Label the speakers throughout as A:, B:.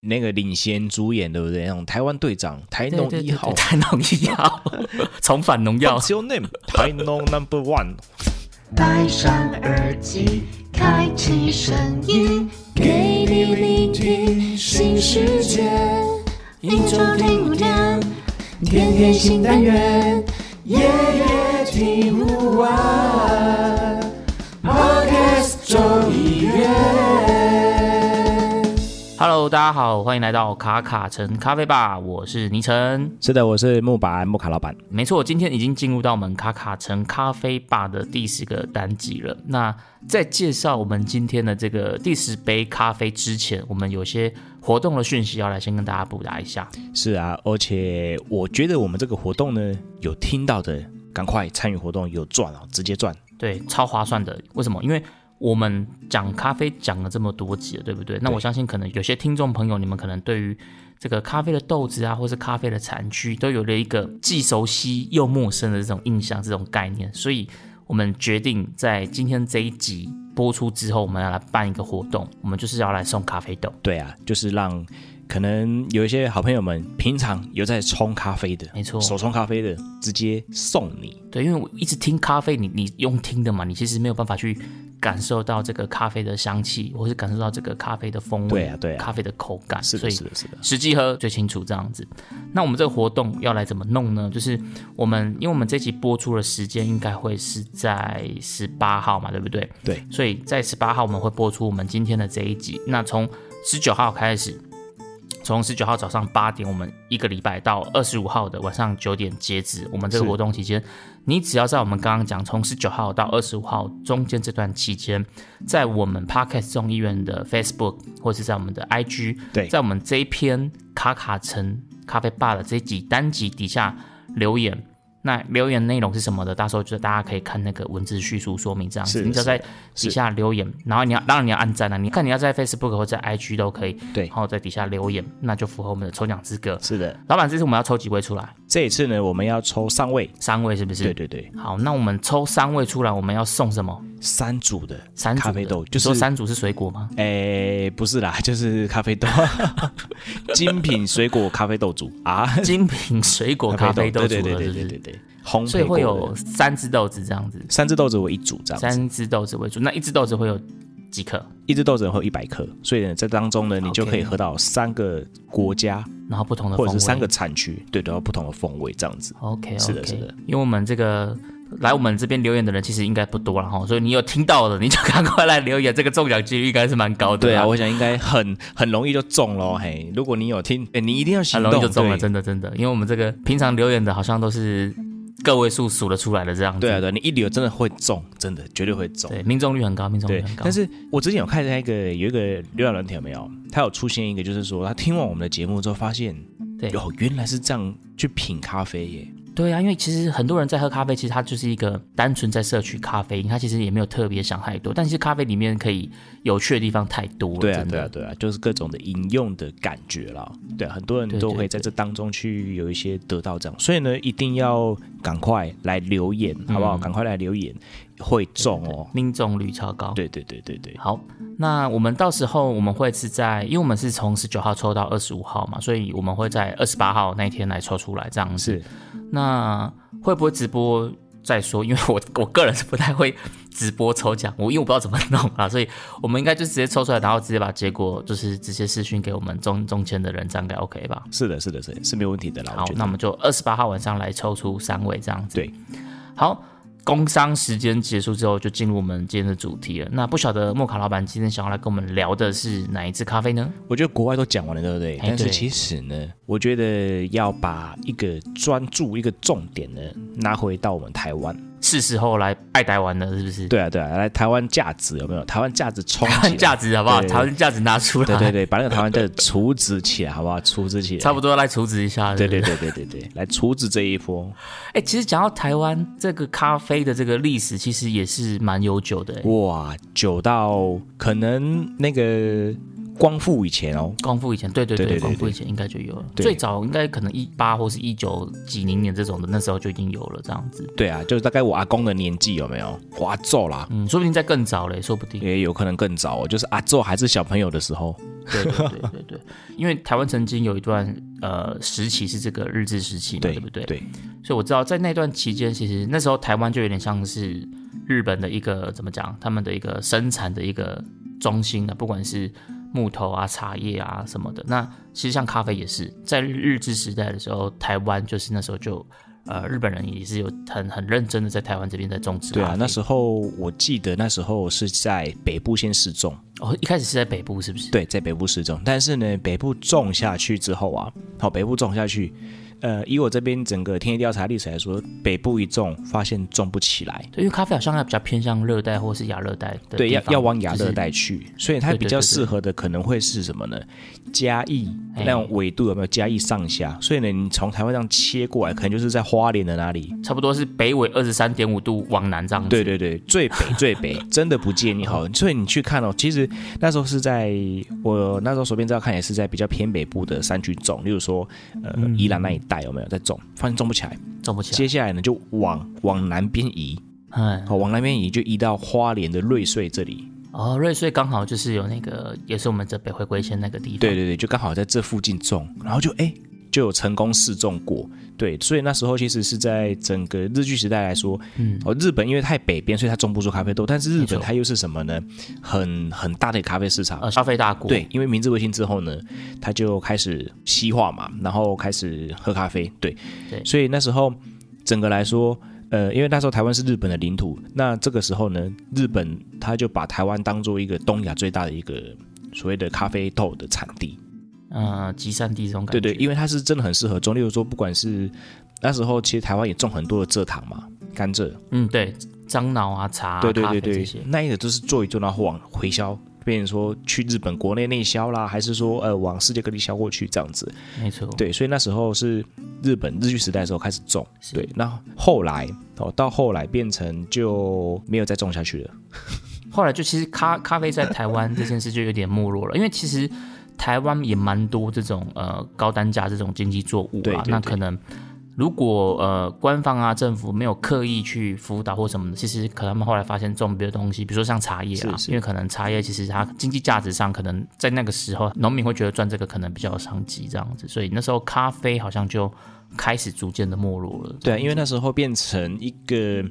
A: 那个领衔主演，对不对？那种台湾队长，台农
B: 对对
A: 一
B: 对
A: 号
B: 对台农一 号，重返农药。
A: ，What's your name？台农 Number One。
C: 戴上耳机，开启声音，给你聆听新世界。一周听五天，天天新单元，夜夜听不完。Podcast 周一月。
B: Hello，大家好，欢迎来到卡卡城咖啡吧，我是倪晨。
A: 是的，我是木板木卡老板。
B: 没错，今天已经进入到我们卡卡城咖啡吧的第十个单集了。那在介绍我们今天的这个第十杯咖啡之前，我们有些活动的讯息要来先跟大家布达一下。
A: 是啊，而且我觉得我们这个活动呢，有听到的赶快参与活动，有赚哦，直接赚。
B: 对，超划算的。为什么？因为我们讲咖啡讲了这么多集了，对不对？那
A: 对
B: 我相信可能有些听众朋友，你们可能对于这个咖啡的豆子啊，或是咖啡的产区，都有了一个既熟悉又陌生的这种印象、这种概念。所以，我们决定在今天这一集播出之后，我们要来办一个活动，我们就是要来送咖啡豆。
A: 对啊，就是让可能有一些好朋友们平常有在冲咖啡的，
B: 没错
A: 手冲咖啡的，直接送你。
B: 对，因为我一直听咖啡，你你用听的嘛，你其实没有办法去感受到这个咖啡的香气，或是感受到这个咖啡的风味，
A: 对啊对啊
B: 咖啡的口感，
A: 是
B: 所
A: 的，
B: 以
A: 是的，是的。
B: 实际喝最清楚这样子。那我们这个活动要来怎么弄呢？就是我们因为我们这集播出的时间应该会是在十八号嘛，对不对？
A: 对，
B: 所以在十八号我们会播出我们今天的这一集。那从十九号开始，从十九号早上八点，我们一个礼拜到二十五号的晚上九点截止。我们这个
A: 是
B: 活动期间，你只要在我们刚刚讲从十九号到二十五号中间这段期间，在我们 Podcast 众议院的 Facebook 或是在我们的 IG，
A: 对
B: 在我们这一篇卡卡城咖啡吧的这一集单集底下留言。那留言内容是什么的？到时候就大家可以看那个文字叙述说明这样子，
A: 是
B: 你只要
A: 是
B: 在底下留言，然后你要当然你要按赞啊，你看你要在 Facebook 或在 IG 都可以，
A: 对
B: 然后在底下留言，那就符合我们的抽奖资格。
A: 是的，
B: 老板，这次我们要抽几位出来？
A: 这一次呢，我们要抽三位，
B: 三位是不是？
A: 对。对对，
B: 好，那我们抽三位出来，我们要送什么？
A: 三组的
B: 三组的
A: 咖啡豆，就
B: 你
A: 是
B: 说三组是水果 吗？
A: 诶，哎不是啦， 就是咖啡豆，精品水果咖啡豆组啊，
B: 精品水果咖啡豆组
A: 对对
B: 合
A: 对
B: 是不
A: 对对对
B: 是？
A: 对，烘
B: 所以
A: 焙过
B: 会
A: 的
B: 有三只豆子这样子，
A: 三只豆子为一组这样子，
B: 三只豆子为主，那一只豆子会有几克？
A: 一只豆子会有一百克，所以呢，在当中呢，你就可以喝到三个国家
B: 然后不同的
A: 或者
B: 风味
A: 是三个产区，对，都有不同的风味这样子。
B: OK，
A: 是的是的，
B: 因为我们这个来我们这边留言的人其实应该不多了哈，所以你有听到的你就赶快来留言，这个中奖几率应该是蛮高的
A: 对
B: 啦。
A: 啊，我想应该很很容易就中咯。嘿。如果你有听，诶你一定要行
B: 很
A: 动，
B: 容易就中了，
A: 对
B: 真的真的，因为我们这个平常留言的好像都是个位数数得出来的这样子。
A: 对啊，对啊，你一流真的会中，真的绝对会中。
B: 对，命中率很高，命中率
A: 对
B: 很，高。
A: 但是我之前有看那个有一个浏览软体有没有，它有出现一个，就是说他听完我们的节目之后，发现
B: 对
A: 哟，原来是这样去品咖啡耶。
B: 对啊，因为其实很多人在喝咖啡，其实它就是一个单纯在摄取咖啡因，它其实也没有特别想太多。但是咖啡里面可以有趣的地方太多了，
A: 对啊，
B: 真的
A: 对啊，对啊，就是各种的饮用的感觉啦。对啊、很多
B: 对
A: 人
B: 对
A: 都会在这当中去有一些得到这样，所以呢，一定要赶快来留言，
B: 嗯
A: 好不好？赶快来留言，会中哦。
B: 命中率超高。
A: 对对对对对，
B: 好，那我们到时候我们会是在，因为我们是从十九号抽到二十五号嘛，所以我们会在二十八号那一天来抽出来这样子。
A: 是
B: 那会不会直播再说？因为我我个人是不太会直播抽奖，我因为我不知道怎么弄啊，所以我们应该就直接抽出来，然后直接把结果就是直接私讯给我们中中签的人，这样应该 OK 吧？
A: 是的，是的，是的是没有问题的啦。
B: 好
A: 我觉，
B: 那我
A: 得
B: 们就二十八号晚上来抽出三位这样子。
A: 对，
B: 好，工商时间结束之后，就进入我们今天的主题了。那不晓得莫卡老板今天想要来跟我们聊的是哪一支咖啡呢？
A: 我觉得国外都讲完了，对不对？
B: 哎
A: 但是
B: 对
A: 其实呢，我觉得要把一个专注一个重点呢拿回到我们台湾。
B: 是时候来爱台湾了，是不是？，
A: 对啊，对啊，来台湾价值有没有？台湾价值冲
B: 台
A: 起来
B: 湾价值好不好？
A: 对
B: 台湾价值拿出来，
A: 对对对，把那个台湾的除值起来，好不好？除值起来，
B: 差
A: 多。
B: 不多来处置一下。
A: 对
B: 是
A: 对
B: 不是，
A: 对对对对，来除值这一波。
B: 哎、其实讲到台湾这个咖啡的这个历史，欸其实也是蛮悠久的、哎
A: 哇，久到可能那个光复以前哦，
B: 光复以前，对对
A: 对对
B: 对，
A: 对
B: 光复以前应该就有了，
A: 对
B: 最早应该可能一八或是一九几零年这种的，那时候就已经有了这样子。
A: 对啊，就是大概我阿公的年纪有没有？我阿昼啦，
B: 嗯，说不定在更早嘞，说不定。
A: 也有可能更早、哦，就是阿昼还是小朋友的时候，
B: 对对对对对，因为台湾曾经有一段呃时期是这个日治时期嘛，对
A: 对
B: 不对？
A: 对
B: 所以我知道在那段期间，其实那时候台湾就有点像是日本的一个怎么讲，他们的一个生产的一个中心啊，不管是木头啊、茶叶啊什么的。那其实像咖啡也是，在日治时代的时候，台湾就是那时候就呃日本人也是有很很认真的在台湾这边在种植
A: 对啊，那时
B: 候
A: 候我记得那时候是在北部先试种，
B: 哦一开始是在北部是不是？
A: 对，在北部试种，但是呢，北部种下去之后啊，好，北部种下去，呃，以我这边整个田野调查历史来说，北部一种发现种不起来，
B: 对，因为咖啡好像还比较偏向热带或是亚热带的地方，
A: 对，要要往亚
B: 就是
A: 热带去，所以它
B: 对
A: 比
B: 对
A: 较
B: 对
A: 适合的可能会是什么呢？嘉义
B: 哎
A: 那种纬度有没有嘉义上下？所以呢，你从台湾这样切过来，可能就是在花莲的那里。
B: 差不多是北纬二十三点五度往南这样子。
A: 对对对，最北最北， 真的不建议哈。所以你去看哦，其实那时候是在我那时候随便这样看，也是在比较偏北部的山区种，例如说呃宜兰那一带有没有在种，发现种不起来。
B: 种不起
A: 接下来呢，就往往南边移，
B: 来。嗯，
A: 好，往南边移就移到花莲的瑞穗这里。
B: 哦，瑞穗刚好就是有那个，也是我们这北回归线那个地方。
A: 对对对，就刚好在这附近种，然后就哎就有成功试种过。对，所以那时候其实是在整个日据时代来说，
B: 嗯，
A: 哦，日本因为太北边，所以它种不出咖啡豆，但是日
B: 没错
A: 本它又是什么呢？很很大的咖啡市场。
B: 呃，消费大国。
A: 对，因为明治维新之后呢，它就开始西化嘛，然后开始喝咖啡。对，
B: 对
A: 所以那时候整个来说。呃，因为那时候台湾是日本的领土，那这个时候呢，日本它就把台湾当做一个东亚最大的一个所谓的咖啡豆的产地。
B: 呃，集散地这种感
A: 对
B: 觉。
A: 对，因为它是真的很适合种，例如说，不管是那时候，其实台湾也种很多的蔗糖嘛，甘蔗，
B: 嗯，对，樟脑啊、茶啊、
A: 对对
B: 咖啡
A: 对
B: 这
A: 对
B: 些，。
A: 那一个都是做一做，然后往回销，变成说去日本国内内销啦，还是说呃往世界各地销过去这样子。
B: 没错。，
A: 对，所以那时候是日本日据时代的时候开始种，
B: 是
A: 对，那后来哦到后来变成就没有再种下去了，
B: 后来就其实咖咖啡在台湾这件事就有点没落了，因为其实台湾也蛮多这种呃高单价这种经济作物啊，
A: 对对
B: 那
A: 对
B: 可能。如果呃官方啊政府没有刻意去辅导或什么的，其实可能他们后来发现种别的东西，比如说像茶叶啊，
A: 是是
B: 因为可能茶叶其实它经济价值上可能在那个时候农民会觉得赚这个可能比较有商机这样子，所以那时候咖啡好像就开始逐渐的没落了。
A: 对啊，因为那时候变成一个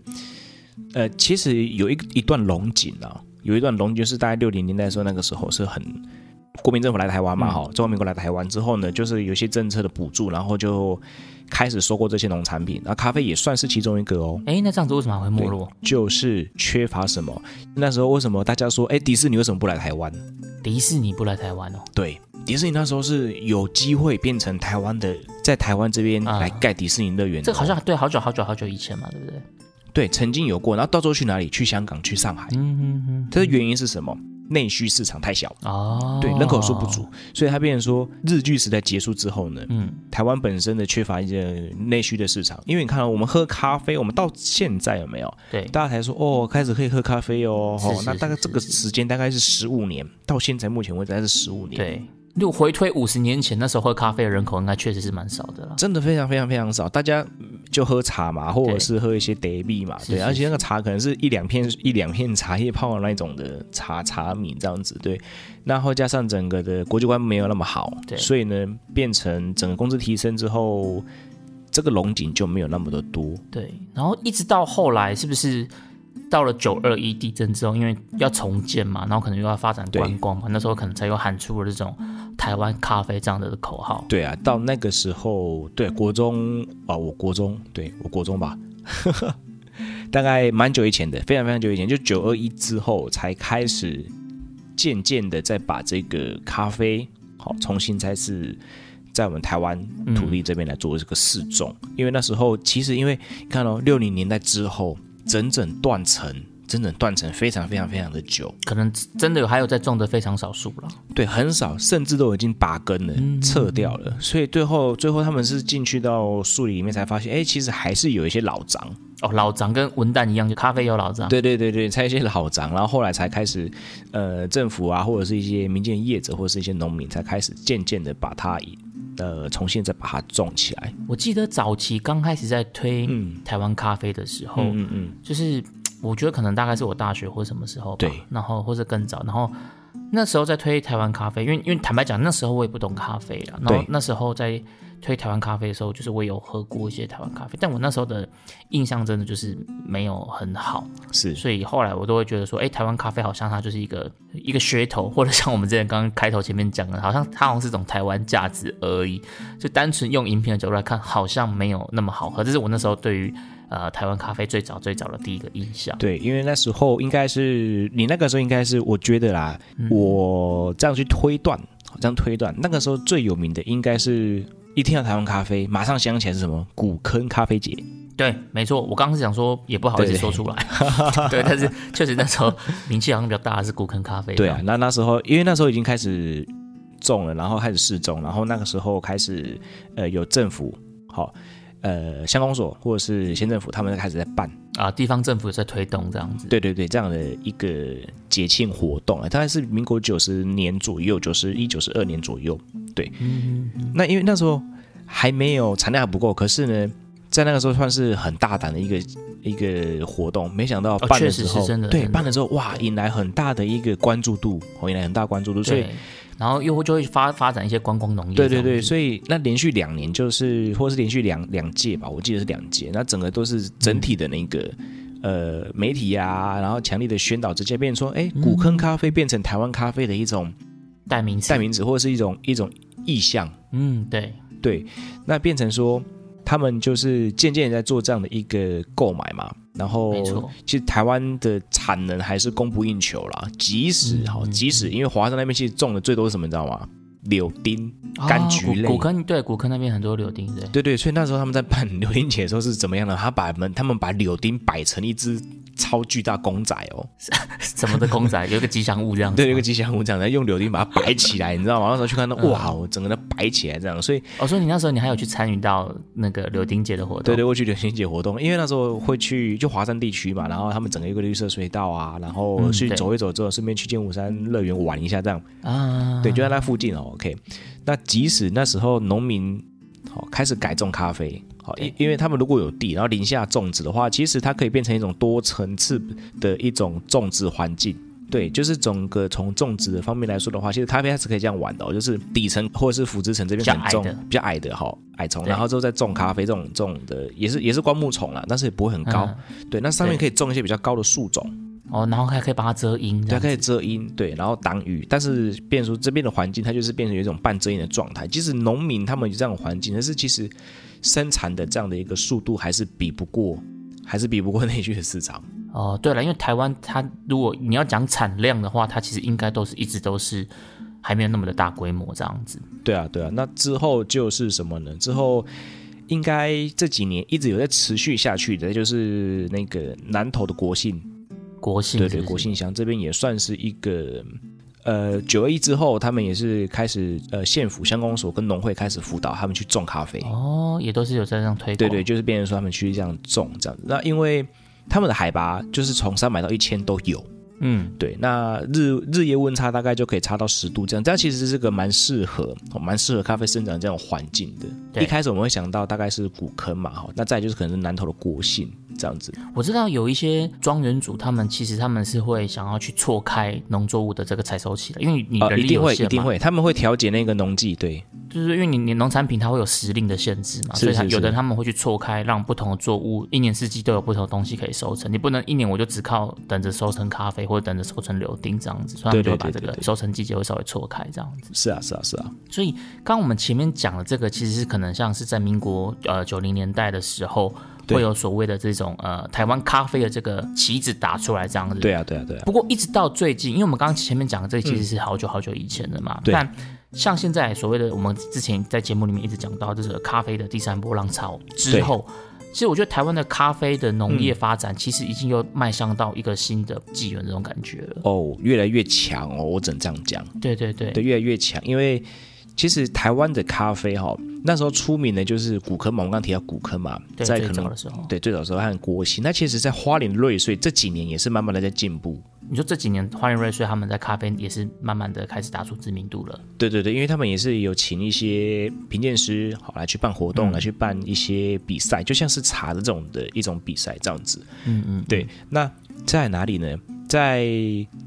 A: 呃，其实有一一段龙井啊，有一段龙井就是大概六零年代的时候，那个时候是很国民政府来台湾
B: 嗯
A: 嘛，哈、中华民国来台湾之后呢，就是有一些政策的补助，然后就开始收购这些农产品，那咖啡也算是其中一个哦。
B: 哎，那这样子为什么还会没落？
A: 就是缺乏什么？那时候为什么大家说，哎，迪士尼为什么不来台湾？
B: 迪士尼不来台湾哦，
A: 对，迪士尼那时候是有机会变成台湾的，在台湾这边
B: 啊
A: 来盖迪士尼乐园的哦、
B: 这个好像对好久好久好久以前嘛，对不对？
A: 对曾经有过，然后到最后去哪里？去香港，去上海。
B: 嗯哼哼，
A: 它的原因是什么？内需市场太小，
B: 哦，
A: 对人口数不足，，所以它变成说日据时代结束之后呢，
B: 嗯，
A: 台湾本身的缺乏一些内需的市场。因为你看、哦，我们喝咖啡，我们到现在有没有
B: 对，
A: 大家才说哦，开始可以喝咖啡哦？
B: 是
A: 哦
B: 是，
A: 那大概
B: 是
A: 这个
B: 是
A: 时间大概是十五年，到现在目前为止还是十五年，，
B: 对，如果回推五十年前，那时候喝咖啡的人口应该确实是蛮少的啦。
A: 真的非常非常非常少。大家嗯就喝茶嘛，或
B: 对
A: 者是喝一些德币嘛，
B: 是
A: 对，
B: 是
A: 而且那个茶可能是一两片一两片茶叶泡的那种的茶茶米这样子，对。然后加上整个的国际观没有那么好，
B: 对
A: 所以呢，变成整个工资提升之后，这个龙井就没有那么的多。
B: 对，然后一直到后来，是不是到了九二一地震之后，因为要重建嘛，然后可能又要发展观光嘛，那时候可能才有喊出了这种台湾咖啡这样的口号。
A: 对啊，到那个时候，对国中啊，我国中，对我国中吧， 大概蛮久以前的，非常非常久以前，就九二一之后才开始渐渐的再把这个咖啡好重新才是。在我们台湾土地这边来做这个试种，因为那时候其实因为你看哦，六零年代之后整整断层，真的断层非常非常非常的久，
B: 可能真的有还有在种的非常少数了。
A: 对，很少，甚至都已经拔根了，撤掉了。所以最后最后他们是进去到树里面才发现，哎，其实还是有一些老张。
B: 哦，老张跟文旦一样，就咖啡有老张。
A: 对对对对，才一些老张，然后后来才开始，呃，政府啊，或者是一些民间业者，或者是一些农民，才开始渐渐的把它以，呃，重新再把它种起来。
B: 我记得早期刚开始在推
A: 嗯
B: 台湾咖啡的时候，
A: 嗯嗯，
B: 就是我觉得可能大概是我大学或什么时候吧，
A: 对
B: 然后或者更早，然后那时候在推台湾咖啡，因为因为坦白讲，那时候我也不懂咖啡啦，然后
A: 对
B: 那时候在推台湾咖啡的时候，就是我有喝过一些台湾咖啡，但我那时候的印象真的就是没有很好，
A: 哦是
B: 所以后来我都会觉得说，哎、台湾咖啡好像它就是一个一个噱头，或者像我们之前刚刚开头前面讲的，好像它好像是一种台湾价值而已，就单纯用饮品的角度来看，好像没有那么好喝。这是我那时候对于呃台湾咖啡最早最早的第一个印象。
A: 对，因为那时候应该是你那个时候应该是，我觉得啦，
B: 嗯
A: 我这样去推断，这样推断，那个时候最有名的应该是一听到台湾咖啡，马上想起来是什么？古坑咖啡节。
B: 对，没错，我刚刚是想说也不好意思
A: 对
B: 说出来， 对，但是确实那时候名气好像比较大的是古坑咖啡，
A: 对啊，，那那时候因为那时候已经开始种了，然后开始试种，然后那个时候开始呃有政府好、呃乡公所或者是县政府他们开始在办，
B: 啊、地方政府有在推动这样子，
A: 对对对，这样的一个节庆活动啊，大概是民国九十年左右，九十一九十二年左右，对，
B: 嗯
A: 那因为那时候还没有产量还不够，可是呢。在那个时候算是很大胆的一个一个活动，没想到
B: 哦
A: 办
B: 确
A: 的
B: 实
A: 时
B: 是
A: 候，
B: 真的
A: 对
B: 真的
A: 办了之后，哇，引来很大的一个关注度，哦，引来很大关注度，所以
B: 对，然后又就会发发展一些观光农业这
A: 对
B: 样子，
A: 对对，所以那连续两年就是，或是连续两两届吧，我记得是两届，那整个都
B: 嗯
A: 是整体的那个、呃媒体啊，然后强力的宣导之下，变成说，哎，
B: 嗯
A: 古坑咖啡变成台湾咖啡的一种
B: 代名词
A: 代，名词，或者是一种一种意向，
B: 嗯，对，
A: 对，那变成说他们就是渐渐地在做这样的一个购买嘛，然后
B: 没错
A: 其实台湾的产能还是供不应求啦，即使
B: 嗯
A: 好，
B: 嗯
A: 即使因为华山那边其实种的最多是什么，你知道吗？柳丁。柑橘
B: 啊
A: 类
B: 古古坑对古坑那边很多柳丁对，
A: 对对，所以那时候他们在办柳丁节的时候是怎么样的？他把门他们把柳丁摆成一只超巨大公仔哦，
B: 什么的公 仔有一个吉祥物这样子吗，
A: 对，有一个吉祥物这样，然后用柳丁把它摆起来，你知道吗？那时候去看 到，哇，我整个人摆起来这样，所以
B: 哦，所以你那时候你还有去参与到那个柳丁节的活动，
A: 对对，我去柳丁节活动，因为那时候会去就华山地区嘛，然后他们整个一个绿色隧道啊，然后
B: 嗯
A: 去
B: 对
A: 走一走之后，顺便去剑湖山乐园玩一下这样，
B: 啊，
A: 对，就在那附近哦。OK，那即使那时候农民好、开始改种咖啡，好、因因为他们如果有地，然后林下种植的话，其实它可以变成一种多层次的一种种植环境。对，就是整个从种植的方面来说的话，其实咖啡它是可以这样玩的、哦，就是底层或者是腐殖层这边
B: 比较
A: 可能种
B: 矮的
A: 比较矮的哈、矮丛，
B: 对
A: 然后之后再种咖啡这种这种的，也是也是灌木丛啦，但是也不会很
B: 嗯
A: 高。对，那上面
B: 对
A: 可以种一些比较高的树种。
B: 哦，然后还可以帮它遮阴，这
A: 它
B: 样
A: 可以遮阴，对，然后挡雨，但是变成说这边的环境，它就是变成有一种半遮阴的状态。即使农民他们有这样的环境，但是其实生产的这样的一个速度还是比不过，还是比不过内需的市场。
B: 哦，对了，因为台湾它如果你要讲产量的话，它其实应该都是一直都是还没有那么的大规模这样子，
A: 对啊，对啊。那之后就是什么呢？之后应该这几年一直有在持续下去的，就是那个南投的国信，
B: 国姓
A: 对
B: 是
A: 对，
B: 不是
A: 国信乡这边也算是一个。呃，九二一之后，他们也是开始呃，县府、乡公所跟农会开始辅导他们去种咖啡。
B: 哦，也都是有在这样推广，
A: 对对，就是变成说他们去这样种这样子。那因为他们的海拔就是从三百到一千都有，
B: 嗯，
A: 对，那日日夜温差大概就可以差到十度这样，这样其实是个蛮适合、哦蛮适合咖啡生长这种环境的。
B: 对
A: 一开始我们会想到大概是古坑嘛，哈，那再来就是可能是南投的国信这样子，
B: 我知道有一些庄园主，他们其实他们是会想要去错开农作物的这个采收期的，因为你
A: 呃，
B: 人
A: 一
B: 力
A: 定
B: 有
A: 会一
B: 限嘛，
A: 定会，他们会调节那个农技，对，
B: 就是因为你你农产品它会有时令的限制嘛，
A: 是
B: 所以它
A: 是是
B: 有的他们会去错开，让不同的作物一年四季都有不同的东西可以收成。你不能一年我就只靠等着收成咖啡或者等着收成柳丁这样子，所以他们就
A: 对对
B: 会把这
A: 对对
B: 个
A: 对
B: 收成季节会稍微错开这样子。
A: 是啊，是啊，是啊，
B: 所以刚刚我们前面讲的这个，其实是可能像是在民国呃九零年代的时候，
A: 对
B: 会有所谓的这种呃台湾咖啡的这个旗子打出来这样子。
A: 对啊，对啊，对啊，
B: 不过一直到最近，因为我们刚刚前面讲的这其实是好久好久以前的嘛，
A: 嗯对
B: 但像现在所谓的我们之前在节目里面一直讲到这个咖啡的第三波浪潮之后，其实我觉得台湾的咖啡的农
A: 嗯
B: 业发展，其实已经又迈向到一个新的纪元这种感觉了。
A: 哦，越来越强哦，我只能这样讲，
B: 对对对，
A: 对，越来越强，因为。其实台湾的咖啡哈、那时候出名的就是古坑嘛，我们刚刚提到古坑嘛，
B: 对
A: 在
B: 最
A: 可
B: 早
A: 能
B: 的时候
A: 对最早的时候和国兴，那其实，在花莲瑞穗这几年也是慢慢的在进步，
B: 你说这几年花莲瑞穗他们在咖啡也是慢慢的开始打出知名度了。
A: 对对对，因为他们也是有请一些评鉴师，好来去办活
B: 嗯
A: 动，来去办一些比赛，就像是茶的这种的一种比赛这样子。
B: 嗯嗯，
A: 对，那在哪里呢？在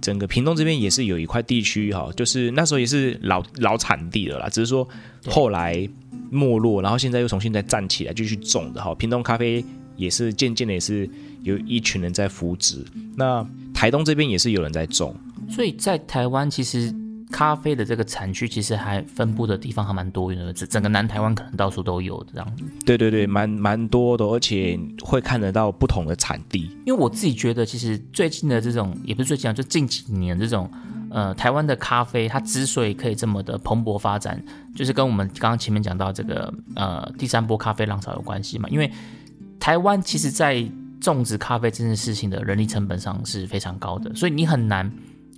A: 整个屏东这边也是有一块地区哈，就是那时候也是老老产地了啦，只是说后来没落，然后现在又重新再站起来，继续种的哈。屏东咖啡也是渐渐的也是有一群人在扶植，那台东这边也是有人在种，
B: 所以在台湾其实咖啡的这个产区其实还分布的地方还蛮多元的，整整个南台湾可能到处都有这样子。
A: 对对对，蛮蛮多的，而且
B: 嗯
A: 会看得到不同的产地。
B: 因为我自己觉得，其实最近的这种也不是最近啊，就近几年这种，呃，台湾的咖啡它之所以可以这么的蓬勃发展，就是跟我们刚刚前面讲到这个呃第三波咖啡浪潮有关系嘛。因为台湾其实在种植咖啡这件事情的人力成本上是非常高的，所以你很难。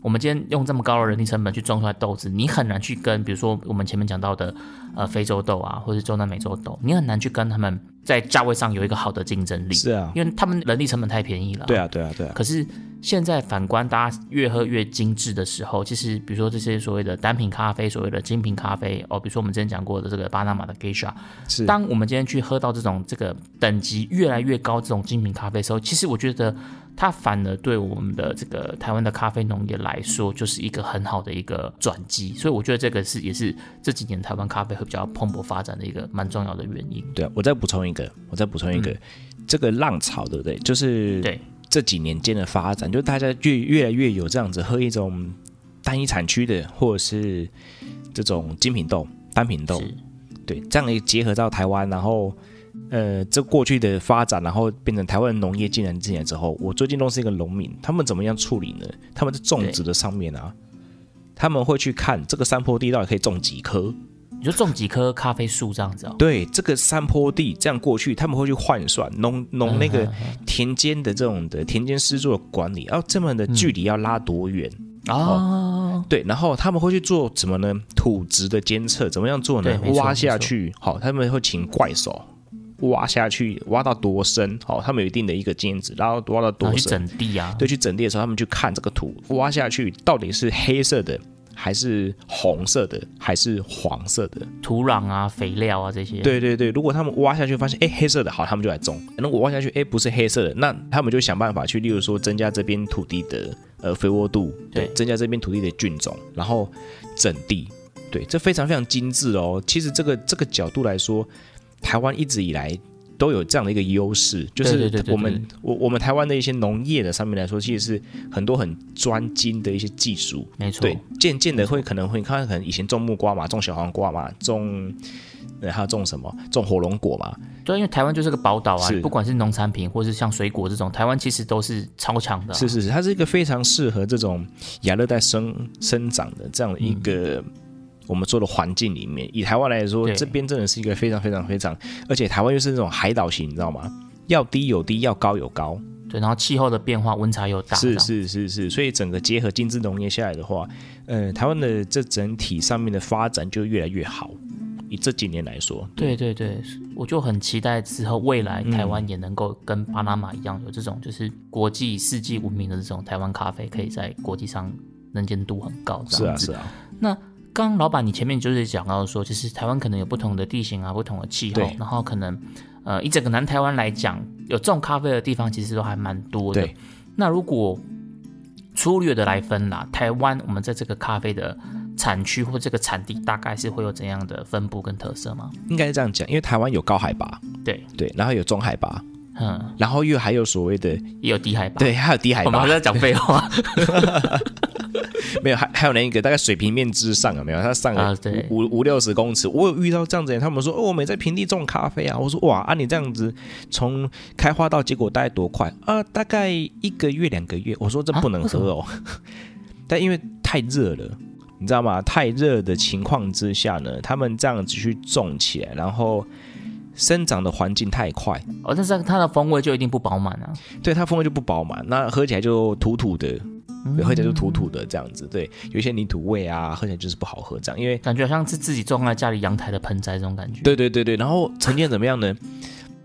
B: 我们今天用这么高的人力成本去种出来豆子，你很难去跟，比如说我们前面讲到的，呃，非洲豆啊，或者是中南美洲豆，你很难去跟他们在价位上有一个好的竞争力。
A: 是啊，
B: 因为他们人力成本太便宜了。
A: 对。啊，对啊，对啊，
B: 可是现在反观大家越喝越精致的时候，其实比如说这些所谓的单品咖啡、所谓的精品咖啡，哦，比如说我们之前讲过的这个巴拿马的 Geisha，
A: 是
B: 当我们今天去喝到这种这个等级越来越高这种精品咖啡的时候，其实我觉得它反而对我们的这个台湾的咖啡农业来说，就是一个很好的一个转机。所以我觉得这个是也是这几年台湾咖啡会比较蓬勃发展的一个蛮重要的原因。
A: 对啊。我再补充一个，我再补充一个，这个浪潮，对不对？就是
B: 嗯对，
A: 这几年间的发展，就大家越越来越有这样子喝一种单一产区的，或者是这种精品豆、单品豆
B: 是，
A: 对，这样一结合到台湾，然后呃，这过去的发展，然后变成台湾农业进来进来之后，我最近都是一个农民，他们怎么样处理呢？他们在种植的上面啊，他们会去看这个山坡地到底可以种几棵，
B: 你说种几棵咖啡树这样子哦。
A: 对，这个山坡地这样过去，他们会去换算农
B: 嗯
A: 农那个田间的这种的田间施作的管理，要、这么的距离要拉多远？
B: 哦，
A: 对，然后他们会去做什么呢？土质的监测，怎么样做呢
B: 对没？错
A: 挖下去，好，他们会请怪手挖下去，挖到多深？好，他们有一定的一个尖子，然后挖到
B: 然
A: 多
B: 后去
A: 深？
B: 整地啊，
A: 对，去整地的时候，他们去看这个土挖下去到底是黑色的，还是红色的，还是黄色的？
B: 土壤啊、肥料啊这些。，嗯
A: 对对对，如果他们挖下去发现，哎，黑色的好，他们就来种；如果挖下去，哎，不是黑色的，那他们就想办法去，例如说增加这边土地的呃肥沃度，
B: 对
A: 增加这边土地的菌种，然后整地，对，这非常非常精致哦。其实这个这个角度来说，台湾一直以来。都有这样的一个优势，就
B: 对对
A: 是
B: 对对
A: 我们我我们台湾的一些农业的上面来说，其实是很多很专精的一些技术，
B: 没错。
A: 对，渐渐的会可能会你看，可能以前种木瓜嘛，种小黄瓜嘛，种呃还有种什么，种火龙果嘛，
B: 对，因为台湾就是个宝岛啊
A: 是，
B: 不管是农产品或是像水果这种，台湾其实都是超强的啊、
A: 是是是，它是一个非常适合这种亚热带生生长的这样的一个。我们说的环境里面，以台湾来说，
B: 嗯对
A: 这边真的是一个非常非常非常，而且台湾又是那种海岛型，你知道吗？要低有低，要高有高，
B: 对，然后气候的变化温差又大，这
A: 是
B: 样，
A: 是是是，所以整个结合精致农业下来的话，呃，台湾的这整体上面的发展就越来越好。以这几年来说，
B: 对对对，我就很期待之后未来
A: 嗯
B: 台湾也能够跟巴拿马一样，有这种就是国际世纪闻名的这种台湾咖啡，可以在国际上能见度很高，这
A: 是
B: 样
A: 啊
B: 子。
A: 是啊，
B: 那刚刚老板，你前面就是讲到说，就是台湾可能有不同的地形啊，不同的气候
A: 对，
B: 然后可能呃，一整个南台湾来讲，有种咖啡的地方其实都还蛮多的
A: 对。
B: 那如果粗略的来分啦，台湾我们在这个咖啡的产区或这个产地，大概是会有怎样的分布跟特色吗？
A: 应该是这样讲，因为台湾有高海拔，
B: 对，
A: 对，然后有中海拔，
B: 嗯，
A: 然后又还有所谓的
B: 也有低海拔。
A: 对，还有低海
B: 啊 我们
A: 拔
B: 还，在讲废话，
A: 没有还还有那一个大概水平面之上有没有？它上
B: 啊
A: 了
B: 对
A: 五五五六十公尺，我有遇到这样子的人，他们说哦，我们也在平地种咖啡啊，我说哇啊，你这样子从开花到结果大概多快啊？大概一个月两个月，我说这
B: 啊
A: 不能
B: 为什么
A: 喝哦， 但因为太热了。你知道吗？太热的情况之下呢，他们这样子去种起来，然后生长的环境太快，
B: 哦，但是它的风味就一定不饱满啊。
A: 对它风味就不饱满，那喝起来就土土的，
B: 嗯
A: 对喝起来就土土的这样子。对，有一些泥土味啊，喝起来就是不好喝这样。因为
B: 感觉好像是自己种在家里阳台的盆栽这种感觉。，
A: 对对对对，然后陈建怎么样呢？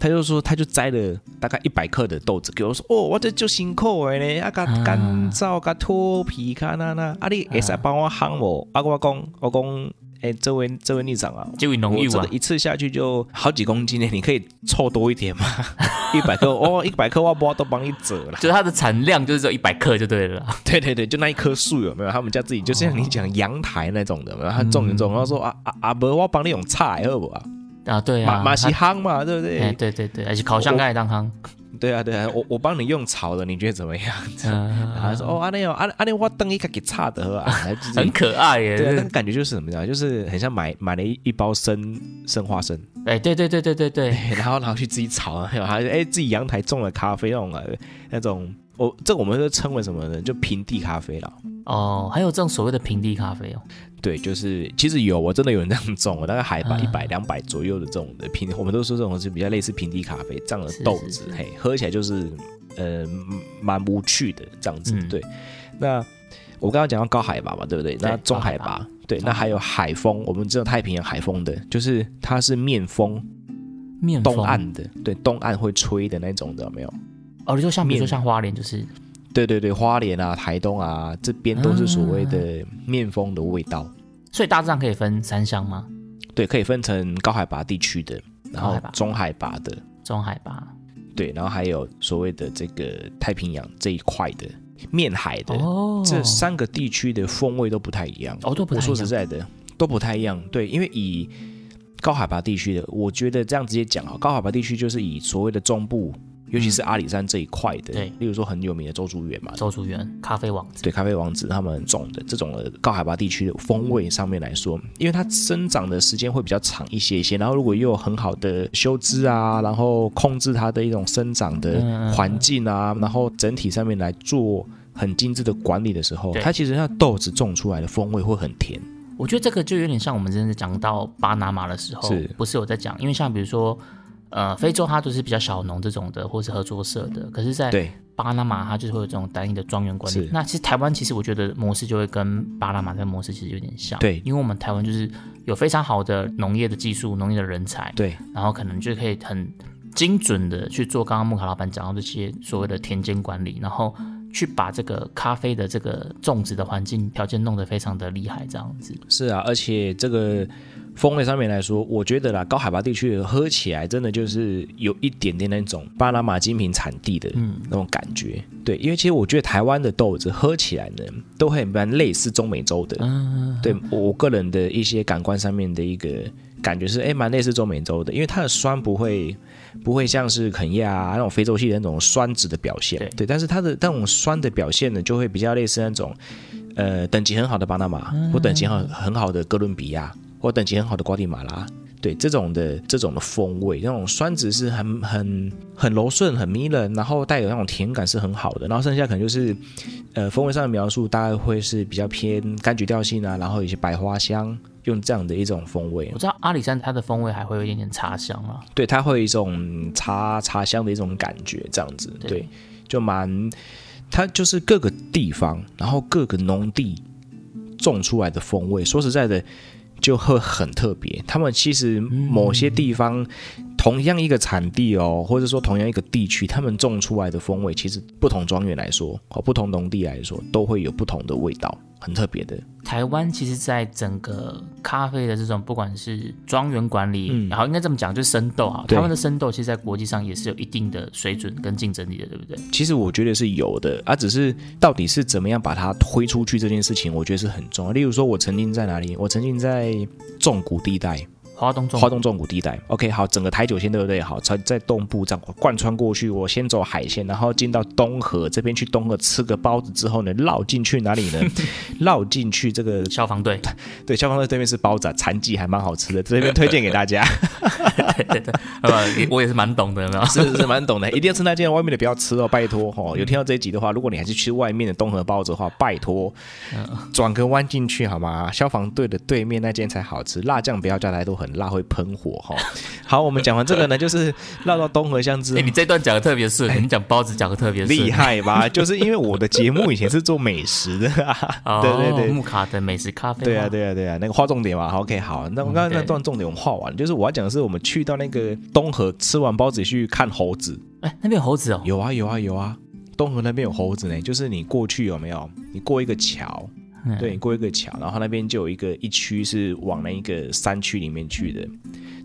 A: 他就说，他就摘了大概一百克的豆子给我说，哦，我这就辛苦的呢，啊，甲
B: 啊
A: 干燥、甲脱皮、甲那那，啊，你会使帮我烘无？啊，我讲，我讲，哎、这位这位逆长啊，
B: 结果浓
A: 我
B: 郁
A: 这
B: 啊
A: 个，一次下去就好几公斤呢，你可以凑多一点吗？ 一百克哦，一百克我包都帮你折了。
B: 就是它的产量就是只有一百克就对了啦。
A: 对对对，就那一棵树有没有？他们家自己就像你讲阳台那种的，然后他
B: 嗯
A: 种一种，然后说啊啊啊，伯，我帮你用菜好不好？
B: 啊，对
A: 马
B: 啊，
A: 马西
B: 它
A: 夯嘛，对不
B: 哎，
A: 对？
B: 对对对，而且烤箱盖当康，
A: 对啊对啊，我我帮你用炒的，你觉得怎么样？
B: 嗯，
A: 然后他说哦，阿内哦，阿阿内我等一个给差的 喝啊，然后就是
B: 很可爱
A: 对啊，那
B: 耶
A: 个。感觉就是什么呀？就是很像买买了一一包生生花 生。
B: 哎，对对对对对对，
A: 然后然后去自己炒，然后还 哎自己阳台种了咖啡那种呃那种，我、这我们就称为什么呢？就平地咖啡啦。
B: 哦，还有这种所谓的平地咖啡哦，
A: 对，就是其实有，我真的有人这样种，我大概海拔
B: 嗯
A: 一百两百左右的这种的平，我们都说这种是比较类似平地咖啡这样的
B: 是
A: 豆
B: 是
A: 子，嘿，喝起来就是呃蛮无趣的这样子。
B: 嗯
A: 对，那我刚刚讲到高海拔嘛，对不对？
B: 对
A: 那中海
B: 高海
A: 拔，对，那还有海风，我们知道太平洋海风的，就是它是面风，
B: 面
A: 东
B: 风
A: 岸的，对，东岸会吹的那种的，有没有？
B: 哦，你说像比如说
A: 面
B: 像花莲就是
A: 对对对，花莲啊、台东啊，这边都是所谓的面风的味道。
B: 所以大致上可以分三项吗？
A: 对，可以分成高海拔地区的，然
B: 高
A: 后
B: 海拔
A: 中海拔的，
B: 中海拔
A: 对，然后还有所谓的这个太平洋这一块的面海的，
B: 哦，
A: 这三个地区的风味都不太一样。
B: 哦都不
A: 我
B: 太一
A: 说实
B: 样，
A: 在的，都不太一样。对，因为以高海拔地区的，我觉得这样直接讲啊，高海拔地区就是以所谓的中部，尤其是阿里山这一块的，
B: 对
A: 例如说很有名的周竹园嘛，
B: 周竹园咖啡王子
A: 对咖啡王子他们种的这种的高海拔地区的风味上面来说，因为它生长的时间会比较长一些一些，然后如果又有很好的修枝啊，然后控制它的一种生长的环境啊，然后整体上面来做很精致的管理的时候，
B: 对
A: 它其实那豆子种出来的风味会很甜。
B: 我觉得这个就有点像我们之前讲到巴拿马的时候，
A: 是
B: 不是有在讲？因为像比如说，呃，非洲它都是比较小农这种的，或是合作社的，可是，在
A: 对
B: 巴拿马它就是会有这种单一的庄园管理
A: 是。
B: 那其实台湾其实我觉得模式就会跟巴拿马的模式其实有点像，
A: 对
B: 因为我们台湾就是有非常好的农业的技术、农业的人才，
A: 对
B: 然后可能就可以很精准的去做刚刚木卡老板讲到这些所谓的田间管理，然后去把这个咖啡的这个种植的环境条件弄得非常的厉害，这样子。
A: 是啊，而且这个风味上面来说，我觉得啦，高海拔地区的喝起来真的就是有一点点那种巴拿马精品产地的那种感觉。对，因为其实我觉得台湾的豆子喝起来呢，都会蛮类似中美洲的。对我我个人的一些感官上面的一个感觉是，哎，蛮类似中美洲的，因为它的酸不会不会像是肯亚啊那种非洲系的那种酸质的表现，
B: 对
A: 但是它的那种酸的表现呢，就会比较类似那种，呃，等级很好的巴拿马，或等级很很好的哥伦比亚，或等级很好的瓜地马拉。对这种的这种的风味，那种酸质是很很很柔顺、很迷人，然后带有那种甜感是很好的。然后剩下可能就是，呃，风味上的描述大概会是比较偏柑橘调性啊，然后有一些百花香，用这样的一种风味
B: 我。知道阿里山它的风味还会有一点点茶香啊，
A: 对，它会有一种茶茶香的一种感觉，这样子，
B: 对
A: 对，就蛮，它就是各个地方，然后各个农地种出来的风味，说实在的，就会很特别。他们其实某些地方，同样一个产地哦，或者说同样一个地区，他们种出来的风味，其实不同庄园来说，哦，不同农地来说，都会有不同的味道，很特别的。
B: 台湾其实，在整个咖啡的这种，不管是庄园管理，然后应该这么讲，就是生豆啊，
A: 嗯对
B: 台湾的生豆其实，在国际上也是有一定的水准跟竞争力的，对不对？
A: 其实我觉得是有的，啊，只是到底是怎么样把它推出去这件事情，我觉得是很重要。例如说，我曾经在哪里？我曾经在纵谷地带，
B: 花东种
A: 花东纵谷地带。OK，好，整个台九线对不对？好，在在东部这样贯穿过去，我先走海线，然后进到东河这边去东河吃个包子之后呢，绕进去哪里呢？绕进去这个
B: 消防队，
A: 对消防队对面是包子啊，残疾还蛮好吃的，这边推荐给大家。
B: 对对对，呃，也我也是蛮懂的，有没 有？
A: 是是蛮懂的，一定要吃那间外面的，不要吃哦，拜托哦。有听到这一集的话，如果你还是吃外面的东河包子的话，拜托
B: 嗯
A: 转个弯进去好吗？消防队的对面那间才好吃，辣酱不要加太多，很很辣，会喷火哈。好，我们讲完这个呢，就是绕到东河巷之
B: 哎、
A: 后
B: 你这段讲的特别顺，你讲包子讲的特别顺，
A: 哎厉害吧？就是因为我的节目以前是做美食的、啊，
B: 哦！
A: 对对对。
B: 木卡的美食咖啡，
A: 对啊，，对啊，对啊，那个划重点嘛。好 OK，好，那我刚刚那
B: 嗯对
A: 段重点我们划完了，就是我要讲的是我们去到那个东河吃完包子去看猴子，
B: 哎、那边有猴子哦，
A: 有啊有啊有啊，东河那边有猴子呢，就是你过去有没有？你过一个桥，
B: 嗯
A: 对，你过一个桥，然后那边就有一个一区是往那一个山区里面去的，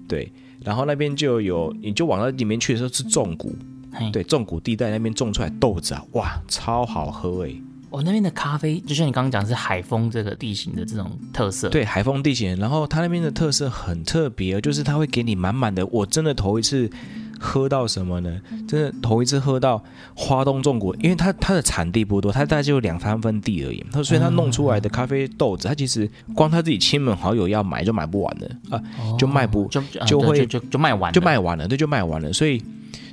A: 对，然后那边就有，你就往那里面去的时候是种谷，
B: 嘿
A: 对，种谷地带那边种出来豆子啊，哇，超好喝诶。
B: 哦，那边的咖啡就像你刚刚讲，是海风这个地形的这种特色，，
A: 对，海风地形，然后它那边的特色很特别，就是它会给你满满的。我真的头一次喝到什么呢？真的头一次喝到花东纵谷，因为它它的产地不多，它大概就有两三分地而已。它所以它弄出来的咖啡豆子，它其实光它自己亲朋好友要买就买不完的啊，就卖不
B: 就呃
A: 就
B: 对
A: 会
B: 就就就卖完了，
A: 就卖完了，对，就卖完了。所以，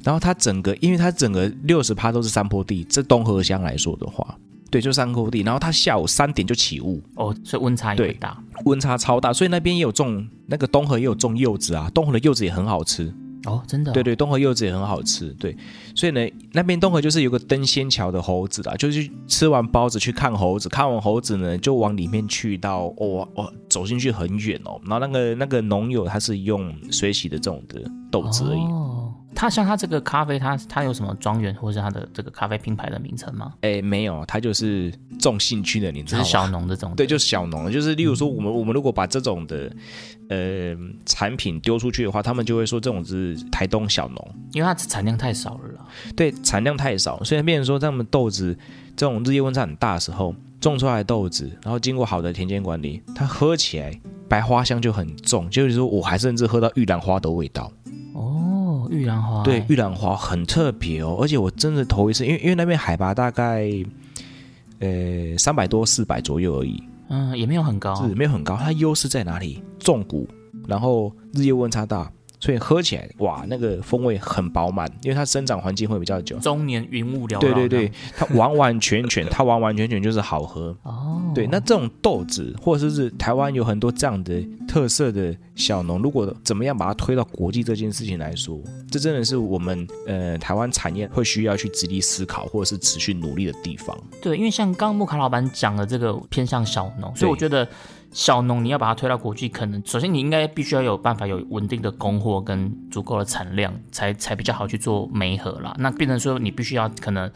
A: 然后它整个，因为它整个六十趴都是山坡地，这东河乡来说的话，对，就山坡地。然后它下午三点就起雾，
B: 哦，所以温差也
A: 对
B: 会大，
A: 温差超大，所以那边也有种那个东河也有种柚子啊，东河的柚子也很好吃。
B: 哦，真的、哦，
A: 对对，东河柚子也很好吃。对，所以呢，那边东河就是有个登仙桥的猴子啦，就是吃完包子去看猴子，看完猴子呢就往里面去到哦哦，走进去很远哦。然后那个那个农友他是用水洗的这种的豆子而已。
B: 哦，它像它这个咖啡，它它有什么庄园或是它的这个咖啡品牌的名称吗？
A: 哎、没有，他就是重兴趣的，你知
B: 就
A: 道
B: 是
A: 吗？
B: 小农这种，
A: 对，就是小农，就是例如说，我们我们如果把这种的呃产品丢出去的话，他们就会说这种是台东小农，
B: 因为它产量太少了啦，
A: 对，产量太少，所以变成说他们豆子这种日夜温差很大的时候种出来的豆子，然后经过好的田间管理，它喝起来白花香就很重，就是说我还甚至喝到玉兰花的味道。
B: 哦，玉兰花，
A: 对，玉兰花很特别哦，而且我真的头一次，因为因为那边海拔大概呃三百多四百左右而已，
B: 嗯，也没有很高，
A: 是没有很高。它优势在哪里？重谷，然后日夜温差大，所以喝起来哇，那个风味很饱满，因为它生长环境会比较久。
B: 中年云雾缭绕，
A: 对对对，，它完完全全， 它完完全全就是好喝。
B: 哦，
A: 对，那这种豆子，或者是台湾有很多这样的特色的小农，如果怎么样把它推到国际这件事情来说，这真的是我们呃台湾产业会需要去直立思考，或者是持续努力的地方。
B: 对，因为像刚刚木卡老板讲的这个偏向小农，所以我觉得小农你要把它推到国际，可能首先你应该必须要有办法有稳定的供货跟足够的产量，才才比较好去做媒合啦。那变成说你必须要可能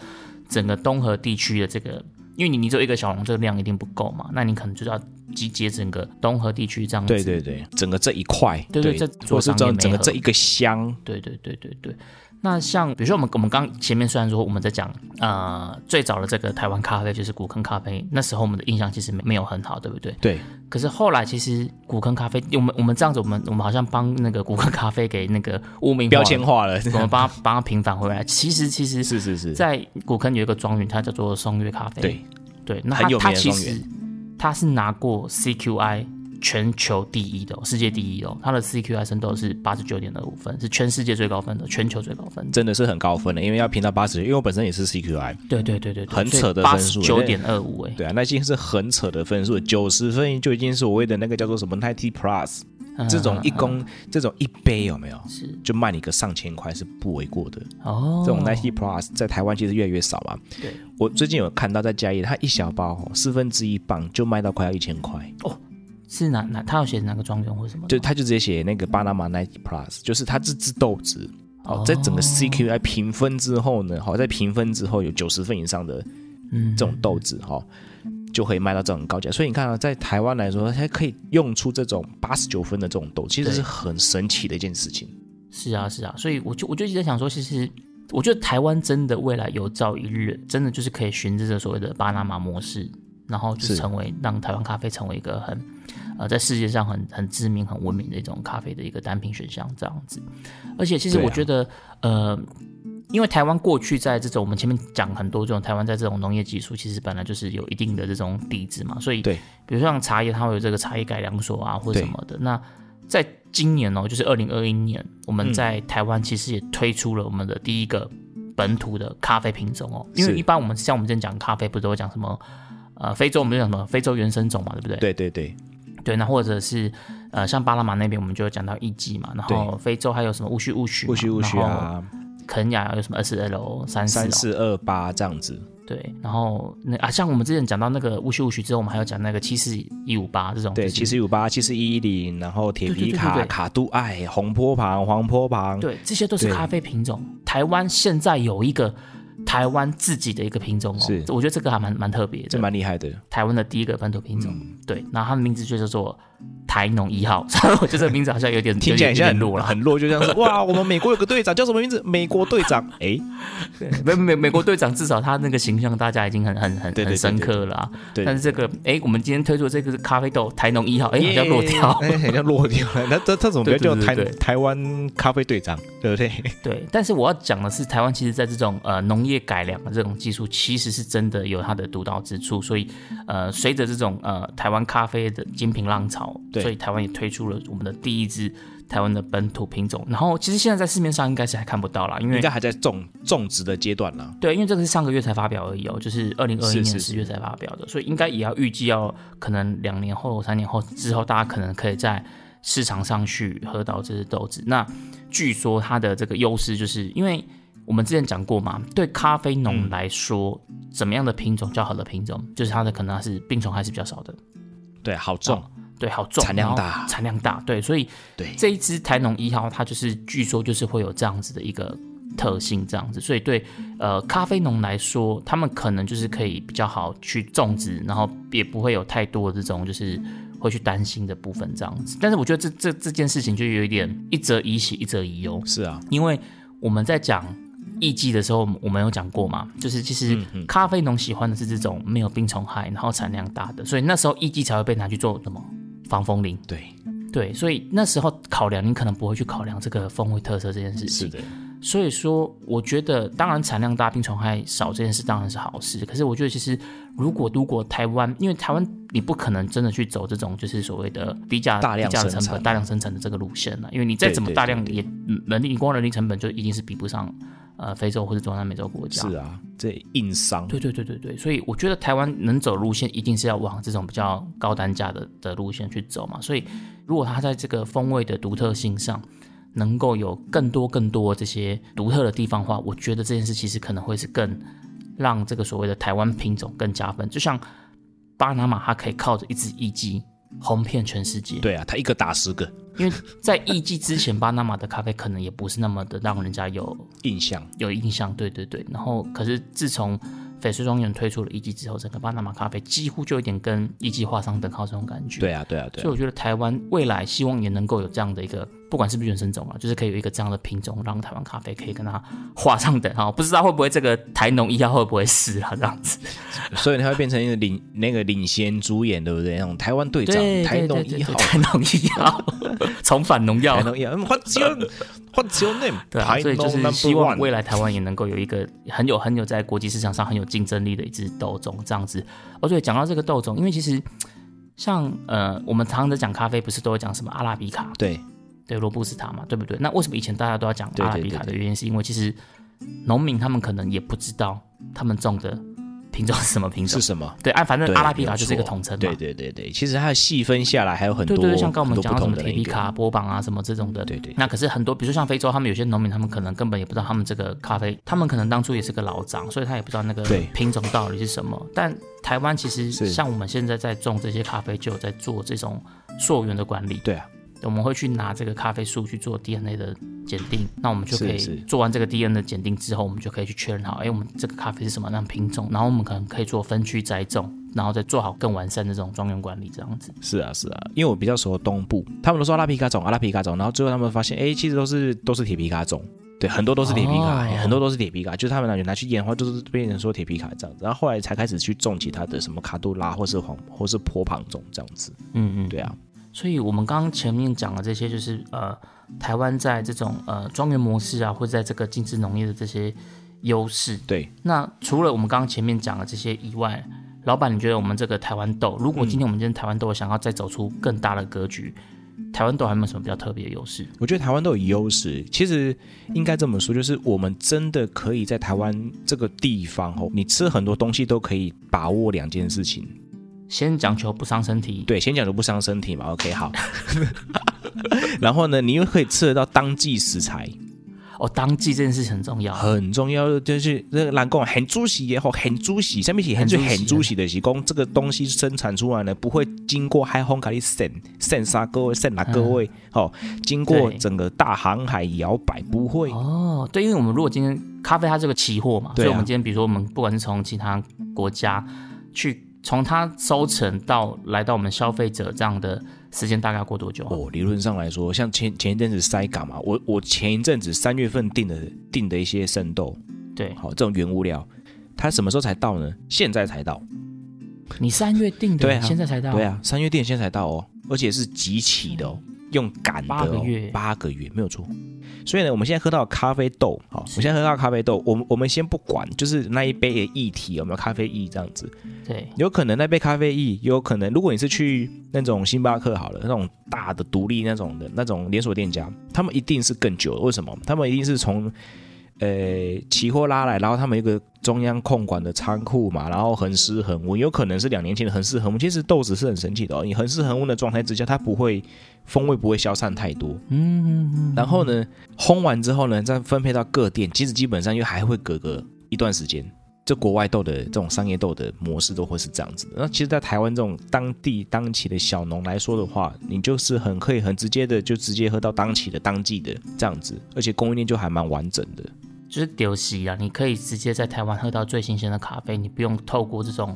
B: 整个东河地区的这个，因为你你只有一个小农，这个量一定不够嘛，那你可能就是要集结整个东河地区这样子。
A: 对对对，整个这一块，
B: 对对这
A: 或是
B: 做商业
A: 整整个
B: 媒合
A: 这一个乡，
B: 对对对对对。那像比如说我们我们刚前面虽然说我们在讲呃最早的这个台湾咖啡就是古坑咖啡，那时候我们的印象其实没没有很好，对不对？
A: 对，
B: 可是后来其实古坑咖啡，我们我们这样子，我们我们好像帮那个古坑咖啡给那个污名化
A: 标签，化了，
B: 我们帮它帮它平反回来。其实其 实
A: 是是是，
B: 在古坑有一个庄园，它叫做松月咖啡。
A: 对
B: 对，那
A: 很
B: 它
A: 有名
B: 它
A: 的
B: 其
A: 庄园
B: 实它是拿过 CQI 全球第一的、哦，世界第一的哦。它的 CQI 生豆是八十九点二五分，是全世界最高分的，全球最高分的。
A: 真的是很高分的，因为要评到八十，因为我本身也是 CQI，
B: 对对对对
A: 很扯的
B: 八
A: 分
B: 十
A: 数
B: 九点二五哎。
A: 对啊，那已经是很扯的分数，九十分就已经是所谓的那个叫做什么 ninety plus，这
B: 嗯
A: 种一公、这种一杯有没有？
B: 啊是
A: 就卖你个上千块是不为过的。
B: 哦，
A: 这种 ninety plus 在台湾其实越来越少嘛。
B: 对，
A: 我最近有看到在嘉义，它一小包哦四分之一磅就卖到快要一千块，
B: 是哪哪？它有写哪个庄园或什么的
A: 就
B: 吗？
A: 它就直接写那个巴拿马 ninety plus，就是它这只豆子。哦
B: 哦，
A: 在整个 CQI 评分之后呢，好，在评分之后有九十分以上的
B: 嗯
A: 这种豆子哈、哦，就可以卖到这种高价。所以你看啊，在台湾来说，它可以用出这种八十九分的这种豆，其实
B: 对
A: 是很神奇的一件事情。
B: 是啊，是啊，所以我就我就一直在想说，其实我觉得台湾真的未来有朝一日，真的就是可以循着这所谓的巴拿马模式，然后就是成为让台湾咖啡成为一个很呃在世界上很很知名、很闻名的一种咖啡的一个单品选项这样子。而且其实
A: 对啊
B: 我觉得，呃。因为台湾过去在这种我们前面讲很多这种台湾在这种农业技术，其实本来就是有一定的这种底子嘛，所以
A: 对，
B: 比如像茶叶，它会有这个茶叶改良所啊，或者
A: 对
B: 什么的。那在今年哦，就是二零二一年，我们在台湾其实也推出了我们的第一个本土的咖啡品种哦。因为
A: 是
B: 一般我们像我们之前讲咖啡，不是都会讲什么呃非洲，我们就讲什么非洲原生种嘛，对不对？
A: 对对对，
B: 对对，那或者是呃，像巴拿马那边我们就有讲到艺妓嘛，然后非洲还有什么乌须乌须嘛，
A: 不虚不虚
B: 嗯然后
A: 啊，
B: 肯雅有什么二十 L 三
A: 三
B: 四、哦，
A: 四二八这样子，
B: 对，然后那啊，像我们之前讲到那个乌须乌须之后，我们还有讲那个七四一五八这种，
A: 对，
B: 就是
A: 七四五八、七四一零，然后铁
B: 对对
A: 皮
B: 对对
A: 卡、
B: 对
A: 卡杜艾、红坡旁、黄坡旁，
B: 对，这些都
A: 嗯
B: 是
A: 对
B: 咖啡品种。台湾现在有一个台湾自己的一个品种哦，
A: 是
B: 我觉得这个还蛮蛮特别
A: 这
B: 的，
A: 蛮嗯厉害的。
B: 台湾的第一个本土品种。对，然后它的名字就叫做台农一号， 所以我觉得这个名字好像有点
A: 听起来
B: 有
A: 像
B: 点
A: 很
B: 有点弱
A: 弱
B: 了。
A: 很弱，就 像是哇，我们美国有个队长叫什么名字？美国队长，哎，
B: 美美美国队长至少他那个形象大家已经很很很
A: 对对对
B: 很深刻了啊。
A: 对
B: 但是这个哎，我们今天推出的这个是咖啡豆台农一号，哎，好
A: 耶
B: 像落掉。
A: 哎，好像落掉了。那他他怎么不要
B: 对对
A: 叫
B: 对
A: 台
B: 对对
A: 台湾咖啡队长，对不对？
B: 对，但是我要讲的是，台湾其实在这种呃农业改良的这种技术，其实是真的有它的独到之处。所以，呃，随着这种呃台湾咖啡的精品浪潮，
A: 对
B: 所以台湾也推出了我们的第一支台湾的本土品种。然后，其实现在在市面上应该是还看不到啦，因
A: 应
B: 为
A: 该还在种种植的阶段啦。
B: 对，因为这个是上个月才发表而已哦，就是二零二一
A: 是
B: 年
A: 是
B: 十
A: 是
B: 月才发表的，所以应该也要预计要可能两年后、三年后之后，大家可能可以在市场上去喝到这支豆子。那据说它的这个优势，就是因为我们之前讲过嘛，对咖啡
A: 嗯
B: 农来说，怎么样的品种叫好的品种，就是它的可能它是病虫害是比较少的，
A: 对，好种，
B: 对，好重，
A: 产量
B: 然后
A: 大
B: 产量大，对，所以
A: 对
B: 这一支台农一号，它就是据说就是会有这样子的一个特性，这样子，所以对呃咖啡农来说，他们可能就是可以比较好去种植，然后也不会有太多的这种就是会去担心的部分这样子。但是我觉得这这这件事情就有一点一则以喜，一则以忧，
A: 是啊，
B: 因为我们在讲艺伎的时候，我们有讲过嘛，就是其实咖啡农喜欢的是这种没有病虫害，然后产量大的，所以那时候艺伎才会被拿去做什么防风林。
A: 对，
B: 对，所以那时候考量你可能不会去考量这个风味特色这件事
A: 是
B: 情。
A: 的，
B: 所以说，我觉得当然产量大、病虫害少这件事当然是好事。可是我觉得其实如果如果台湾，因为台湾你不可能真的去走这种就是所谓的低价
A: 大量
B: 低价的
A: 生
B: 成
A: 产
B: 本、大量生产的这个路线啊了，因为你再
A: 对
B: 怎么
A: 对
B: 大
A: 对
B: 量
A: 对
B: 也嗯人力，你光人力成本就一定是比不上呃非洲或者中南美洲国家。
A: 是啊，这硬伤，
B: 对对对对对，所以我觉得台湾能走路线一定是要往这种比较高单价的的路线去走嘛。所以如果它在这个风味的独特性上能够有更多更多这些独特的地方的话，我觉得这件事其实可能会是更让这个所谓的台湾品种更加分。就像巴拿马，它可以靠着一支艺妓红遍全世界。
A: 对啊，他一个打十个，
B: 因为在艺妓之前，巴拿马的咖啡可能也不是那么的让人家有
A: 印象
B: 有印象，对对对。然后可是自从翡翠庄园推出了一季之后，整个巴拿马咖啡几乎就有点跟一季画上等号这种感觉。
A: 对啊，对啊，对
B: 所以
A: 啊，
B: 我觉得台湾未来希望也能够有这样的一个，不管是不是原生种啊，就是可以有一个这样的品种，让台湾咖啡可以跟它画上等号。不知道会不会这个台农一号会不会是啊这样子？
A: 所以他会变成一个领那个领衔主演，对不对？那种台湾队长、台农一号、
B: 台农一号 重返农药
A: 台。农一号嗯，What's your What's your name？
B: 对啊，
A: 台
B: 所以就
A: 农
B: 是
A: number
B: 希望
A: one
B: 未来台湾也能够有一个很有很有在国际市场上很有竞争力的一支豆种这样子。哦，对，讲到这个豆种，因为其实像呃，我们常常在讲咖啡，不是都会讲什么阿拉比卡，
A: 对
B: 对，罗布斯塔嘛，对不
A: 嗯
B: 对？那为什么以前大家都要讲
A: 对
B: 阿拉
A: 对
B: 比
A: 对
B: 卡的
A: 对
B: 原因，是因为其实农民他们可能也不知道他们种的品种是什么品种
A: 是。什么？
B: 对，啊，反正
A: 对
B: 阿拉比
A: 没
B: 卡
A: 有
B: 就是一个
A: 错
B: 统称嘛。
A: 对对对对，其实它的细分下来还有很多
B: 对对对，像刚我
A: 很
B: 们
A: 多
B: 讲
A: 不
B: 到什
A: 同
B: 么
A: 的
B: 铁
A: 那
B: 皮卡、
A: 个，嗯
B: 波榜啊什么这种的，
A: 对对对
B: 那可是很多，比如说像非洲，他们有些农民，他们可能根本也不知道他们这个咖啡，他们可能当初也是个老长，所以他也不知道那个
A: 对
B: 品种到底是什么。但台湾其实
A: 是
B: 像我们现在在种这些咖啡，就有在做这种溯源的管理。
A: 对啊，
B: 我们会去拿这个咖啡树去做 DNA 的检定，那我们就可以
A: 是是
B: 做完这个 DNA 的检定之后，我们就可以去确认好，哎，我们这个咖啡是什么样的品种，然后我们可能可以做分区栽种，然后再做好更完善的这种庄园管理，这样子。
A: 是啊是啊，因为我比较熟东部，他们都说阿拉皮卡种阿拉皮卡种，然后最后他们发现，哎，其实都是都是铁皮卡种。对，很多都是铁皮卡，
B: 哦
A: 很多都是铁皮卡，就是他们拿去拿去验的话，就是变成说铁皮卡这样子。然后后来才开始去种其他的什么卡杜拉，或是黄，或是坡旁种这样子。
B: 嗯嗯，
A: 对啊，
B: 所以我们刚刚前面讲的这些，就是呃，台湾在这种呃庄园模式啊，或者在这个精致农业的这些优势。
A: 对，
B: 那除了我们刚刚前面讲的这些以外，老板，你觉得我们这个台湾豆，如果今天我们今天台湾豆想要再走出更大的格局，台湾豆还有没有什么比较特别的优势？
A: 我觉得台湾都有优势。其实应该这么说，就是我们真的可以在台湾这个地方哦，你吃很多东西都可以把握两件事情。
B: 先讲求不伤身体，
A: 对，先讲就不伤身体嘛。OK，好。 然后呢，你又可以吃得到当季食材，
B: 哦，当季这件事很重要。
A: 很重要。就是那个蓝贡很主席也好，很主席，上面写很
B: 很
A: 最
B: 主席
A: 很主席的是讲这个东西生产出来呢，不会经过海风给你省省杀各位省哪各位哦，经过
B: 嗯对
A: 整个大航海摇摆不会。
B: 哦，对，因为我们如果今天咖啡它是个期货嘛，
A: 对啊
B: 所以我们今天比如说我们不管是从其他国家去从它收成到来到我们消费者这样的时间大概要过多久啊？
A: 哦，理论上来说，像前前一阵子塞港嘛，我我前一阵子三月份订的订的一些生豆，
B: 对
A: 好这种原物料，它什么时候才到呢？现在才到。
B: 你三月定的，
A: 对啊
B: 现在才到，
A: 对，啊，三月店现在才到哦，而且是集齐的哦，用赶的、哦，
B: 嗯八个月
A: 八个月没有错。所以呢，我们现在喝到的咖啡豆，好，我
B: 是
A: 现在喝到的咖啡豆，我们我们先不管，就是那一杯的液体有没有咖啡液这样子，
B: 对，
A: 有可能那杯咖啡液，有可能如果你是去那种星巴克好了，那种大的独立那种的那种连锁店家，他们一定是更久的，为什么？他们一定是从呃期货拉来，然后他们有一个中央控管的仓库嘛，然后恒湿恒温，有可能是两年前的恒湿恒温。其实豆子是很神奇的哦，你恒湿恒温的状态之下，它不会风味不会消散太多，
B: 嗯，
A: 然后呢，烘完之后呢，再分配到各店，其实基本上又还会隔个一段时间。这国外豆的这种商业豆的模式都会是这样子的。那其实，在台湾这种当地当期的小农来说的话，你就是很可以很直接的就直接喝到当期的当季的这样子，而且供应链就还蛮完整的。
B: 就是丢席啊，你可以直接在台湾喝到最新鲜的咖啡，你不用透过这种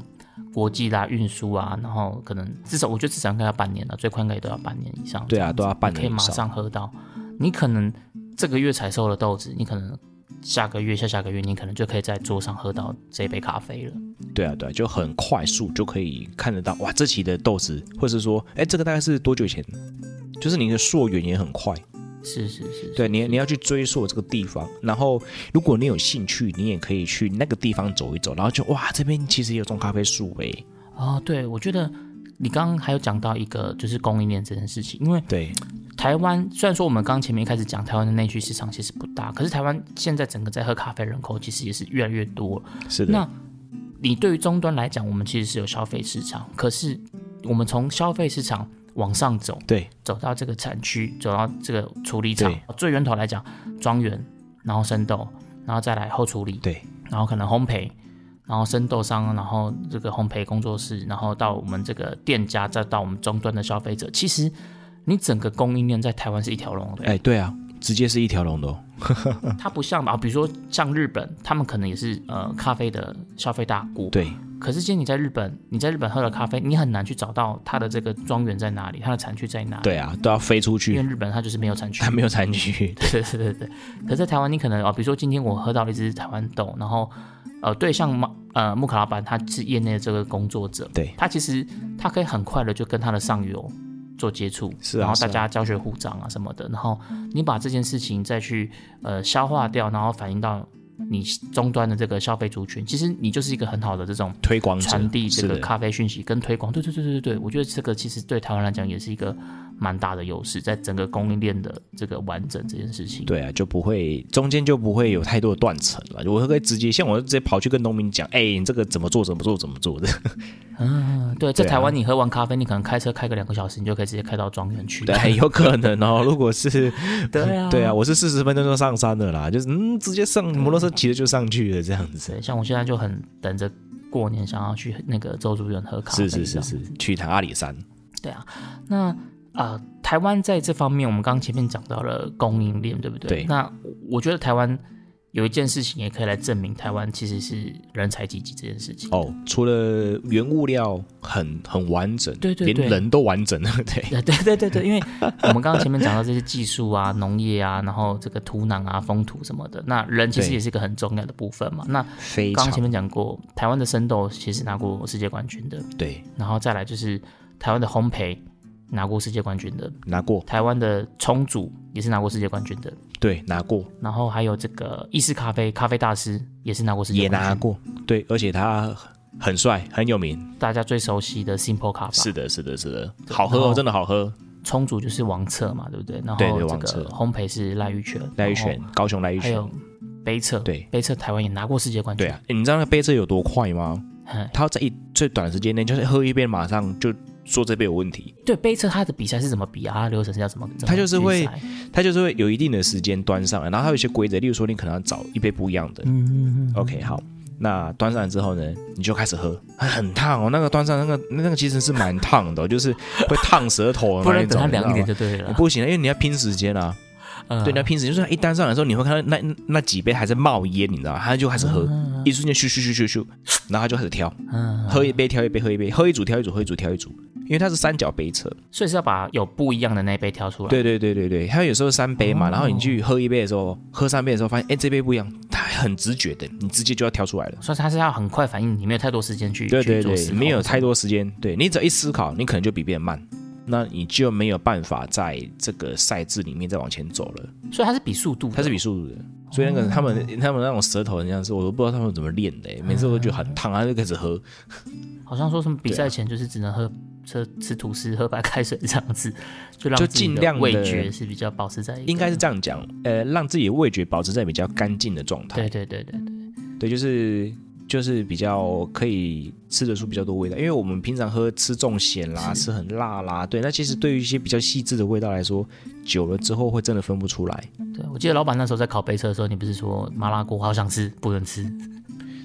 B: 国际啦、运输啊，然后可能至少我觉得至少应该要半年了，最快应该也都要半年以上。
A: 对啊，都要半
B: 你可以
A: 年以
B: 马
A: 上。
B: 上喝到。你可能这个月采收的豆子，你可能下个月、下下个月，你可能就可以在桌上喝到这杯咖啡了。
A: 对啊，对啊，就很快速就可以看得到哇，这期的豆子，或是说，哎，这个大概是多久以前？就是你的溯源也很快。
B: 是是是是，
A: 对你，你要去追溯这个地方，然后如果你有兴趣，你也可以去那个地方走一走，然后就哇，这边其实也有种咖啡树诶、
B: 哦，对，我觉得你刚刚还有讲到一个就是供应链这件事情，因为
A: 对，
B: 台湾虽然说我们刚前面一开始讲台湾的内需市场其实不大，可是台湾现在整个在喝咖啡人口其实也是越来越多了
A: 是
B: 那
A: 的，
B: 你对于终端来讲，我们其实是有消费市场，可是我们从消费市场往上走，
A: 对，
B: 走到这个产区，走到这个处理厂
A: 对，
B: 最源头来讲，庄园，然后生豆，然后再来后处理，
A: 对，
B: 然后可能烘焙，然后生豆商，然后这个烘焙工作室，然后到我们这个店家，再到我们终端的消费者。其实你整个供应链在台湾是一条龙的，
A: 哎，对啊，直接是一条龙的、哦，
B: 它不像吧，比如说像日本，他们可能也是呃咖啡的消费大国，
A: 对，
B: 可是今天你在日本，你在日本喝了咖啡，你很难去找到它的这个庄园在哪里，它的产区在哪里。
A: 对啊，都要飞出
B: 因
A: 去，
B: 为日本它就是没有产区
A: 它，没有产区，
B: 对 对对对。可是在台湾，你可能哦，比如说今天我喝到了一支台湾豆，然后呃，对象嘛呃木卡老板他是业内的这个工作者，
A: 对，
B: 他其实他可以很快的就跟他的上游做接触，
A: 是啊
B: 然后
A: 是啊
B: 大家教学互长啊什么的，然后你把这件事情再去呃消化掉，然后反映到你终端的这个消费族群，其实你就是一个很好的这种
A: 推广者
B: 传递这
A: 哦是
B: 个
A: 的，
B: 咖啡讯息跟推广。对对对对对对，我觉得这个其实对台湾来讲也是一个蛮大的优势，在整个供应链的这个完整这件事情。
A: 对啊，就不会中间就不会有太多的断层了，我可以直接像我就直接跑去跟农民讲，哎，你这个怎么做怎么做怎么做的，
B: 嗯，对，在
A: 对啊
B: 台湾你喝完咖啡，你可能开车开个两个小时，你就可以直接开到庄园去。
A: 对，有可能哦，如果是
B: 对 啊，
A: 对啊，我是四十分钟就上山的啦，就是嗯，直接上摩托车骑着就上去了这样子。
B: 对，像我现在就很等着过年想要去那个周主任喝咖啡。
A: 是是是是，去趟阿里山，
B: 对啊，那啊、呃台湾在这方面，我们刚刚前面讲到了供应链，对不对？
A: 对
B: 那我我觉得台湾有一件事情也可以来证明台湾其实是人才济济这件事情。
A: 哦，除了原物料很很完整，
B: 对对
A: 连
B: 对
A: 人都完整了，对
B: 呃对对对对对，因为我们刚刚前面讲到这些技术啊、农业啊，然后这个土壤啊、风土什么的，那人其实
A: 对
B: 也是一个很重要的部分嘛。那
A: 非
B: 刚刚前面讲过，台湾的生豆其实拿过世界冠军的，
A: 对，
B: 然后再来就是台湾的烘焙拿过世界冠军的，
A: 拿过，
B: 台湾的冲煮也是拿过世界冠军的，
A: 对，拿过，
B: 然后还有这个意式咖啡咖啡大师也是拿过世界
A: 也
B: 冠军，
A: 拿过，对，而且他很帅，很有名，
B: 大家最熟悉的 Simple 咖啡
A: 是的，是的，是的，好喝
B: 然
A: 哦，
B: 后
A: 真的好喝，
B: 冲煮就是王策嘛，对不对？然后
A: 对对
B: 这
A: 王策
B: 个烘焙是赖玉泉，
A: 赖玉
B: 然后
A: 泉，高雄赖玉
B: 还
A: 泉
B: 有，杯测，
A: 对啊
B: 杯测台湾也拿过世界冠
A: 哎
B: 军，嗯
A: 对啊，诶你知道那杯车有多快吗？
B: 嘿
A: 他要在一最短的时间内，就是喝一遍，马上就说这杯有问题。
B: 对，杯测它的比赛是怎么比啊？它的流程是要怎么？怎么
A: 它就是会
B: 比赛
A: 他就是会有一定的时间端上来，然后它有一些规则，例如说你可能要找一杯不一样的。
B: 嗯嗯嗯
A: OK，好，那端上来之后呢，你就开始喝，啊很烫哦，那个端上那个那个其实是蛮烫的哦、就是会烫舌头
B: 嗯，
A: 的
B: 不
A: 那一
B: 能
A: 种。
B: 等它凉一点
A: 你知
B: 就对
A: 道
B: 了
A: 吗
B: 啦。
A: 不行，因为你要拼时间啊。
B: 嗯
A: 对，你要拼时间，就是它一端上来的时候，你会看到那那那几杯还在冒烟，你知道吗？他就开始喝，一瞬间咻咻咻咻咻，然后他就开始挑，
B: 嗯，
A: 喝一杯挑一杯，喝一杯，喝一组挑一组，喝一组挑一组，因为它是三角杯测。
B: 所以是要把有不一样的那一杯挑出来。
A: 对对对对对，它有时候三杯嘛，然后你去喝一杯的时候，喝三杯的时候发现，哎，这杯不一样，它很直觉的，你直接就要挑出来了。
B: 所以它是要很快反应，你没有太多时间去
A: 对对
B: 去做思
A: 对，
B: 考
A: 没有太多时间，对你只要一思考，你可能就比别人慢，那你就没有办法在这个赛制里面再往前走了。
B: 所以它是比速度的，
A: 它是比速度的，所以那个他们他们那种舌头很像是，我都不知道他们怎么练的、每次我都觉得很烫，啊他就开始喝。
B: 好像说什么
A: 啊
B: 比赛前就是只能喝吃吃吐司、喝白开水这样子，就让
A: 就
B: 自己
A: 尽
B: 的
A: 量的
B: 味觉是比较保持在一个
A: 应该是这样讲，呃，让自己的味觉保持在比较干净的状态
B: 对。对对对对，
A: 对，就是就是比较可以吃得出比较多味道，因为我们平常喝吃重咸啦，吃很辣啦，对，那其实对于一些比较细致的味道来说，久了之后会真的分不出来。
B: 对我记得老板那时候在烤杯车的时候，你不是说麻辣锅好想吃不能吃，
A: 嗯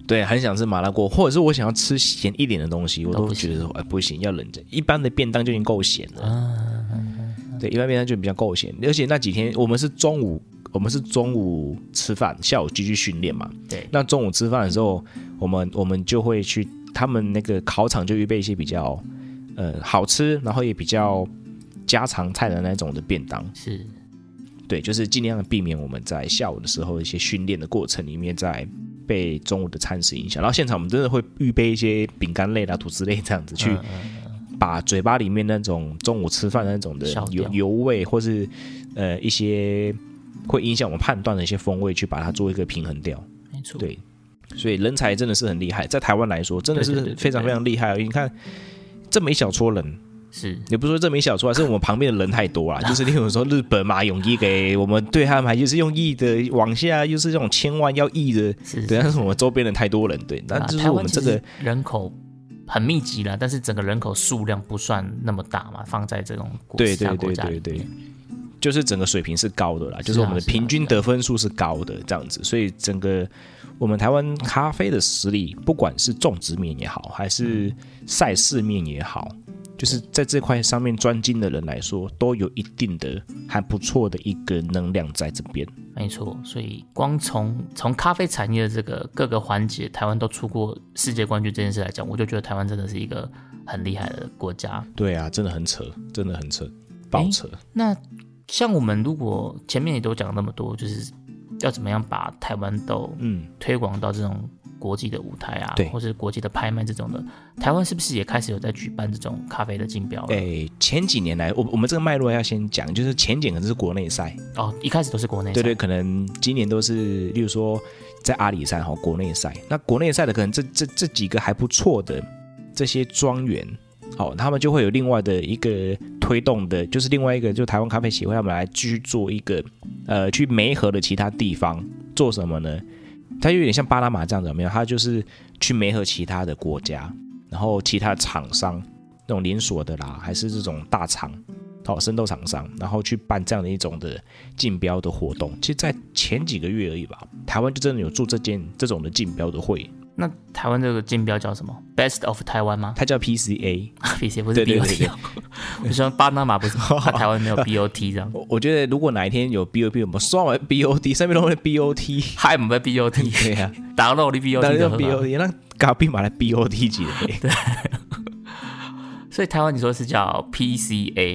A: 对，很想吃麻辣锅，或者是我想要吃咸一点的东西，我
B: 都
A: 都
B: 不
A: 觉得说，哎，不行，要忍着。一般的便当就已经够咸
B: 啊
A: 了，对，一般便当就比较够咸。而且那几天我们是中午，我们是中午吃饭，下午继续训练嘛。
B: 对
A: 那中午吃饭的时候，我们我们就会去他们那个烤场就预备一些比较呃好吃，然后也比较家常菜的那种的便当。
B: 是
A: 对，就是尽量避免我们在下午的时候一些训练的过程里面在被中午的餐食影响。然后现场我们真的会预备一些饼干类啊啦、吐司类这样子，
B: 嗯
A: 去把嘴巴里面那种中午吃饭那种的
B: 消
A: 油
B: 掉
A: 油味，或是呃一些会影响我们判断的一些风味，去把它做一个平衡掉。
B: 没错，
A: 对，所以人才真的是很厉害，在台湾来说真的
B: 对对对
A: 是
B: 对
A: 非常
B: 对
A: 非常厉害哦。你看这么一小撮人，
B: 是
A: 也不是说这么一小撮啊，是我们旁边的人太 多啦。啊就是例如说日本嘛，泳衣给我们对他们还就是用亿的往下，又是这种千万要亿的，
B: 是是
A: 对，但是我们周边人太多人，对，那
B: 啊
A: 就是
B: 台
A: 我
B: 湾
A: 们这
B: 其实
A: 个
B: 人口很密集了，但是整个人口数量不算那么大嘛，放在这种国
A: 对
B: 其他
A: 对
B: 国
A: 对
B: 家
A: 对
B: 里
A: 对
B: 面，
A: 就是整个水平是高的啦，就是
B: 啊
A: 我们的
B: 是啊
A: 平均
B: 是啊
A: 得分数是啊高的这样子，所以整个我们台湾咖啡的实力，不管是种植面也好，还是赛事面也好，就是在这块上面专精的人来说，都有一定的还不错的一个能量在这边。
B: 没错。所以光从从咖啡产业的这个各个环节，台湾都出过世界冠军这件事来讲，我就觉得台湾真的是一个很厉害的国家。
A: 对啊，真的很扯，真的很扯，爆扯。
B: 那像我们如果前面也都讲那么多，就是要怎么样把台湾豆
A: 嗯，
B: 推广到这种国际的舞台啊，
A: 对
B: 或是国际的拍卖这种的，台湾是不是也开始有在举办这种咖啡的竞标了？
A: 诶，前几年来，我我们这个脉络要先讲，就是前几年可能是国内赛，
B: 哦，一开始都是国内
A: 对
B: 赛
A: 对，可能今年都是，例如说在阿里山哈国内赛，那国内赛的可能这这这几个还不错的这些庄园，好、他们就会有另外的一个推动的，就是另外一个就台湾咖啡协会他们来继续做一个，呃，去梅河的其他地方做什么呢？它有点像巴拿马这样子，有没有？它就是去梅河其他的国家，然后其他厂商那种连锁的啦，还是这种大厂，好、生豆厂商，然后去办这样的一种的竞标的活动。其实，在前几个月而已吧，台湾就真的有做这件这种的竞标的会，
B: 那台湾这个竞标叫什么？Best of 台湾吗
A: 它叫 PCA。
B: ？BC 不
A: 对
B: 是
A: 对对
B: BOT，
A: 对
B: 哦 我希望巴拿马 不是，怕台湾没有 BOT 这样。
A: 我我觉得如果哪一天有 BOT，我们算完 BOT，上面都会 BOT，
B: 嗨，我们被 BOT，
A: 对呀、
B: 打到你
A: 啊，那
B: BOT
A: 就
B: 的喝吧
A: BOT，那搞必马来 BOT 级的，对
B: 所以台湾你说是叫 PCA，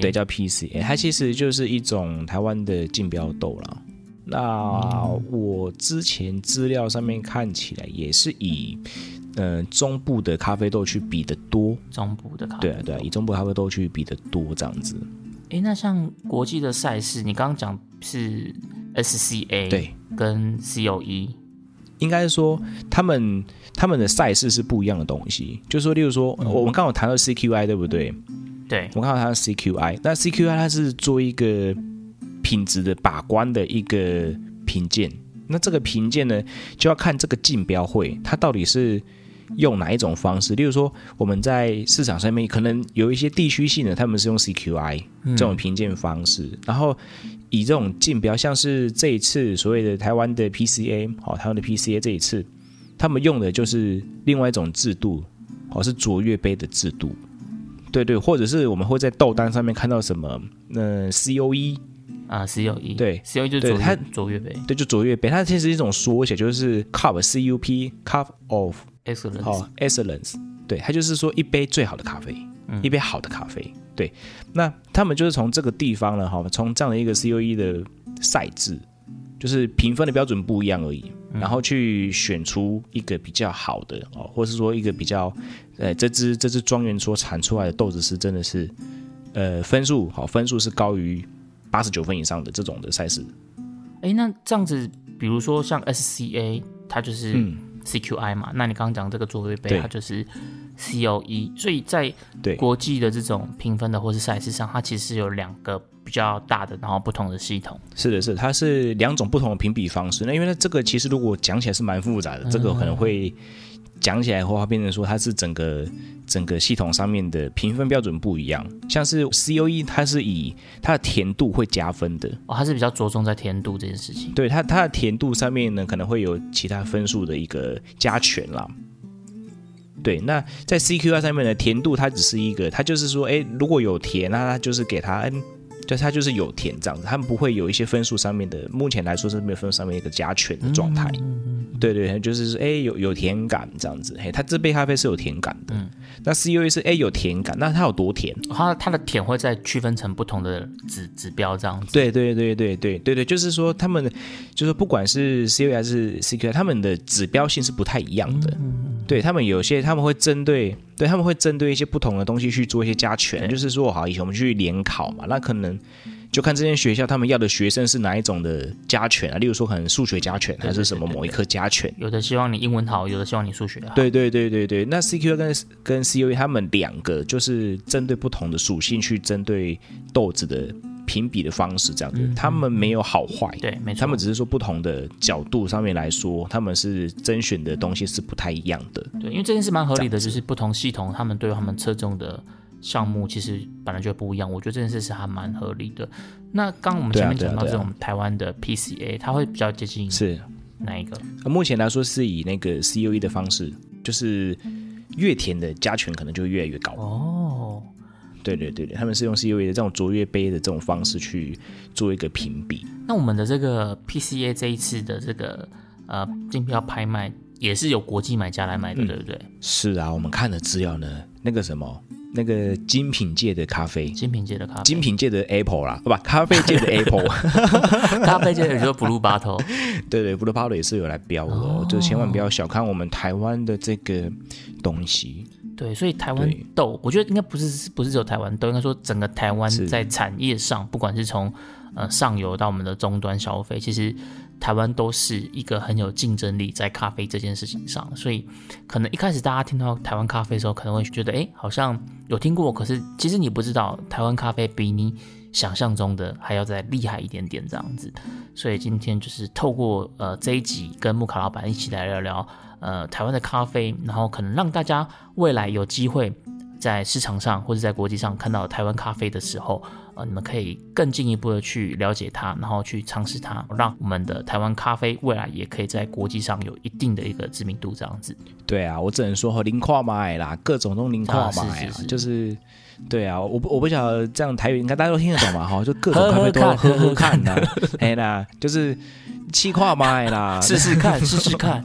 A: 对，叫 PCA，它其实就是一种台湾的竞标斗啦。那我之前资料上面看起来也是以，呃，中部的咖啡豆去比的多，
B: 中部的咖啡。
A: 对啊，对啊，以中部咖啡豆去比的多这样子，
B: 诶，那像国际的赛事，你刚刚讲是 SCA
A: 对，
B: 跟 E COE，
A: 应该说他们他们的赛事是不一样的东西。就是说，例如说，我我们刚好谈到 CQI，对不对？
B: 对，
A: 我们刚好谈到 CQI，那 CQI 它是做一个品质的把关的一个评鉴。那这个评鉴呢，就要看这个竞标会它到底是用哪一种方式。例如说，我们在市场上面可能有一些地区性的，他们是用 CQI 这种评鉴方式，然后以这种竞标，像是这一次所谓的台湾的 PCA，好、哦台湾的 PCA 这一次，他们用的就是另外一种制度，好、是卓越杯的制度。对对，或者是我们会在豆单上面看到什么，呃，COE，
B: 啊，十六一，
A: 对
B: 十六就是
A: 对
B: 卓
A: 它
B: 越卓越杯
A: 对，就卓越杯，它其实是一种缩写，就是 cup C U P cup of
B: ，excellent，
A: 好、e x c e l l e n c e 对，它就是说一杯最好的咖啡，一杯好的咖啡。对，那他们就是从这个地方呢，哈，从这样的一个 COE 的赛制，就是评分的标准不一样而已，然后去选出一个比较好的哦，或是说一个比较，呃，这支这支庄园所产出来的豆子是真的是，呃，分数好，分数是高于八十九分以上的这种的赛事。
B: 哎，那这样子，比如说像 SCA，它就是
A: 嗯
B: CQI 嘛，那你刚刚讲这个卓越杯，
A: 对
B: 它就是 COE，所以在
A: 对
B: 国际的这种评分的或是赛事上，它其实有两个比较大的，然后不同的系统。
A: 是的，是的它是两种不同的评比方式。那因为呢，这个其实如果讲起来是蛮复杂的，这个可能会讲起来的话，变成说它是整个整个系统上面的评分标准不一样。像是 COE，它是以它的甜度会加分的，
B: 哦，它是比较着重在甜度这件事情。
A: 对它它的甜度上面呢，可能会有其他分数的一个加权啦。对，那在 CQI 上面呢，甜度它只是一个，它就是说，哎，如果有甜，那它就是给它，嗯，就是它就是有甜这样子，他们不会有一些分数上面的，目前来说是没有分数上面一个加权的状态。对对，就是哎有有甜感这样子，嘿，它这杯咖啡是有甜感的。那 CUA 是哎有甜感，那它有多甜？
B: 哦它它的甜会再区分成不同的指指标这样子。
A: 对对对对对对对，就是说他们就是不管是 C U 还是 C Q，他们 E，的指标性是不太一样
B: 嗯
A: 的。对他们有些他们会针对，对他们会针对一些不同的东西去做一些加权，就是说好，以前我们去联考嘛，那可能就看这间学校他们要的学生是哪一种的加权啊，例如说可能数学加权还是什么某一科加权。
B: 有的希望你英文好，有的希望你数学好。
A: 对对对对对，那 CQ 跟跟 CUA 他们两个就是针对不同的属性去针对豆子的评比的方式，这样子，他们没有好坏，
B: 嗯对，没错。
A: 他们只是说不同的角度上面来说，他们是甄选的东西是不太一样的。
B: 对，因为这件事蛮合理的，就是不同系统他们对他们侧重的项目其实本来就不一样。我觉得这件事是还蛮合理的。那刚刚我们
A: 对啊
B: 前面
A: 对啊
B: 讲到
A: 对啊
B: 这种台湾的 PCA，它会比较接近
A: 是，
B: 哪一个？
A: 呃目前来说是以那个 CUE 的方式，就是越甜的加权可能就越来越高。
B: 哦，
A: 对对对对，他们是用 CUE 的这种卓越杯的这种方式去做一个评比。
B: 那我们的这个 PCA 这一次的这个呃竞标拍卖也是有国际买家来买
A: 嗯
B: 的，对不对？
A: 是啊，我们看了资料呢，那个什么，那个精品界的咖啡，
B: 精品界的咖啡，
A: 精品界的 Apple 啦，不，咖啡 界的 Apple，
B: 咖啡界的就是 Blue Bottle，
A: 对对，布鲁巴鲁也是有来标的哦，就千万不要小看我们台湾的这个东西。
B: 对，所以台湾
A: 对
B: 豆，我觉得应该不是不是只有台湾豆，应该说整个台湾在产业上，不管是从呃上游到我们的终端消费，其实台湾都是一个很有竞争力在咖啡这件事情上。所以可能一开始大家听到台湾咖啡的时候，可能会觉得哎、诶好像有听过，可是其实你不知道台湾咖啡比你想象中的还要再厉害一点点这样子。所以今天就是透过呃这一集跟木卡老板一起来聊聊呃台湾的咖啡，然后可能让大家未来有机会在市场上或者在国际上看到台湾咖啡的时候，呃，你们可以更进一步的去了解它，然后去尝试它，让我们的台湾咖啡未来也可以在国际上有一定的一个知名度这样子。
A: 对啊，我只能说和零跨买啦，各种都零跨买
B: 啊是是是
A: 就是对啊，我不我不晓得这样台语应该大家都听得懂嘛哈，就各种咖
B: 喝喝
A: 啡都
B: 看
A: 喝
B: 喝
A: 喝
B: 喝
A: 看 啦，哎啦，就是七跨买 啦，
B: 试试看，试试看，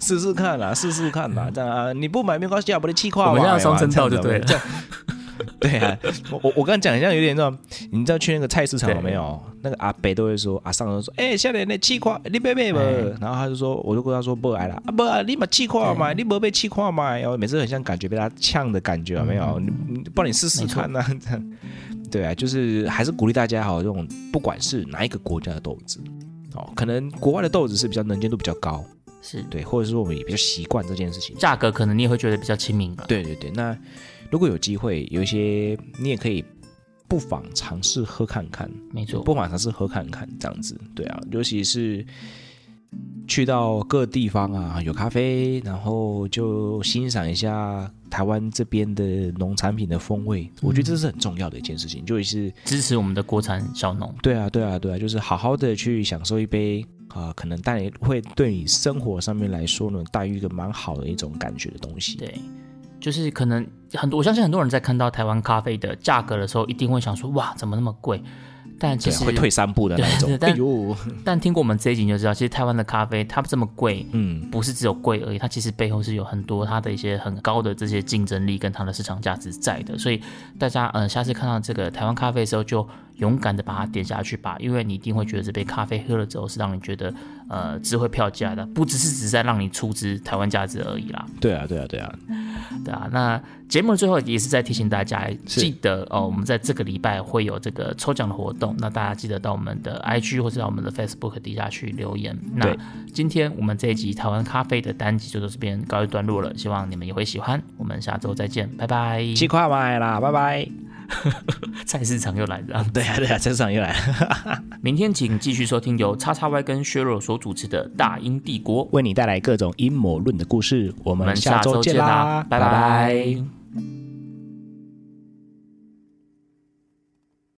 A: 试试看啦，试试看啦，这样啊，你不买没关系啊，把你气垮 嘛
B: 我们这样双声
A: 这样
B: 道就
A: 子啊
B: 对了
A: 这样 对啊，我我我刚刚讲一下有点那种，你知道去那个菜市场有没有？那个阿北都会说，阿上都说，哎、下来那气垮，你别买不？然后他就说，我就跟他说不来了，啊不啊，你把气垮买，你不被气垮买，然后哎每次很像感觉被他呛的感觉有没有？你你不然你试试看呐、啊，这样。对啊，就是还是鼓励大家哈，这种不管是哪一个国家的豆子，哦，可能国外的豆子是比较能见度比较高，
B: 是
A: 对，或者说我们也比较习惯这件事情。
B: 价格可能你也会觉得比较亲民了。啊
A: 对对对，那如果有机会，有一些你也可以不妨尝试喝看看，
B: 没错，
A: 不妨尝试喝看看这样子。对啊，尤其是去到各地方啊，有咖啡，然后就欣赏一下台湾这边的农产品的风味。
B: 嗯
A: 我觉得这是很重要的一件事情，就是
B: 支持我们的国产小农。
A: 对啊，对啊，对啊，就是好好的去享受一杯啊、可能带你会对你生活上面来说呢，带于一个蛮好的一种感觉的东西。啊
B: 对，就是可能很多，我相信很多人在看到台湾咖啡的价格的时候，一定会想说：哇，怎么那么贵？但其
A: 对啊，
B: 实
A: 会退三步的那一种
B: 对。对
A: 哎呦，
B: 但听过我们这一集你就知道，其实台湾的咖啡它这么贵，
A: 嗯，
B: 不是只有贵而已，它其实背后是有很多它的一些很高的这些竞争力跟它的市场价值在的。所以大家呃，下次看到这个台湾咖啡的时候，就勇敢的把它点下去吧，因为你一定会觉得这杯咖啡喝了之后是让你觉得呃值回票价的，不只是只在让你出资台湾价值而已啦。
A: 对啊，对啊，对啊，
B: 对啊，那节目的最后也是在提醒大家，
A: 是
B: 记得哦，我们在这个礼拜会有这个抽奖的活动，那大家记得到我们的 IG 或是到我们的 Facebook 底下去留言。那
A: 对
B: 今天我们这一集台湾咖啡的单集就到这边告一段落了，希望你们也会喜欢。我们下周再见，拜拜。
A: 七块买啦，拜拜。
B: 菜市场又来了。
A: 对啊，对啊，车上又 来了，
B: 明天请继续收听由叉叉 Y 跟削弱所主持的《大英帝国》，
A: 为你带来各种阴谋论的故事。我
B: 我
A: 们
B: 们
A: 下
B: 下
A: 周
B: 周
A: 见
B: 见
A: 啦
B: 啦，，拜拜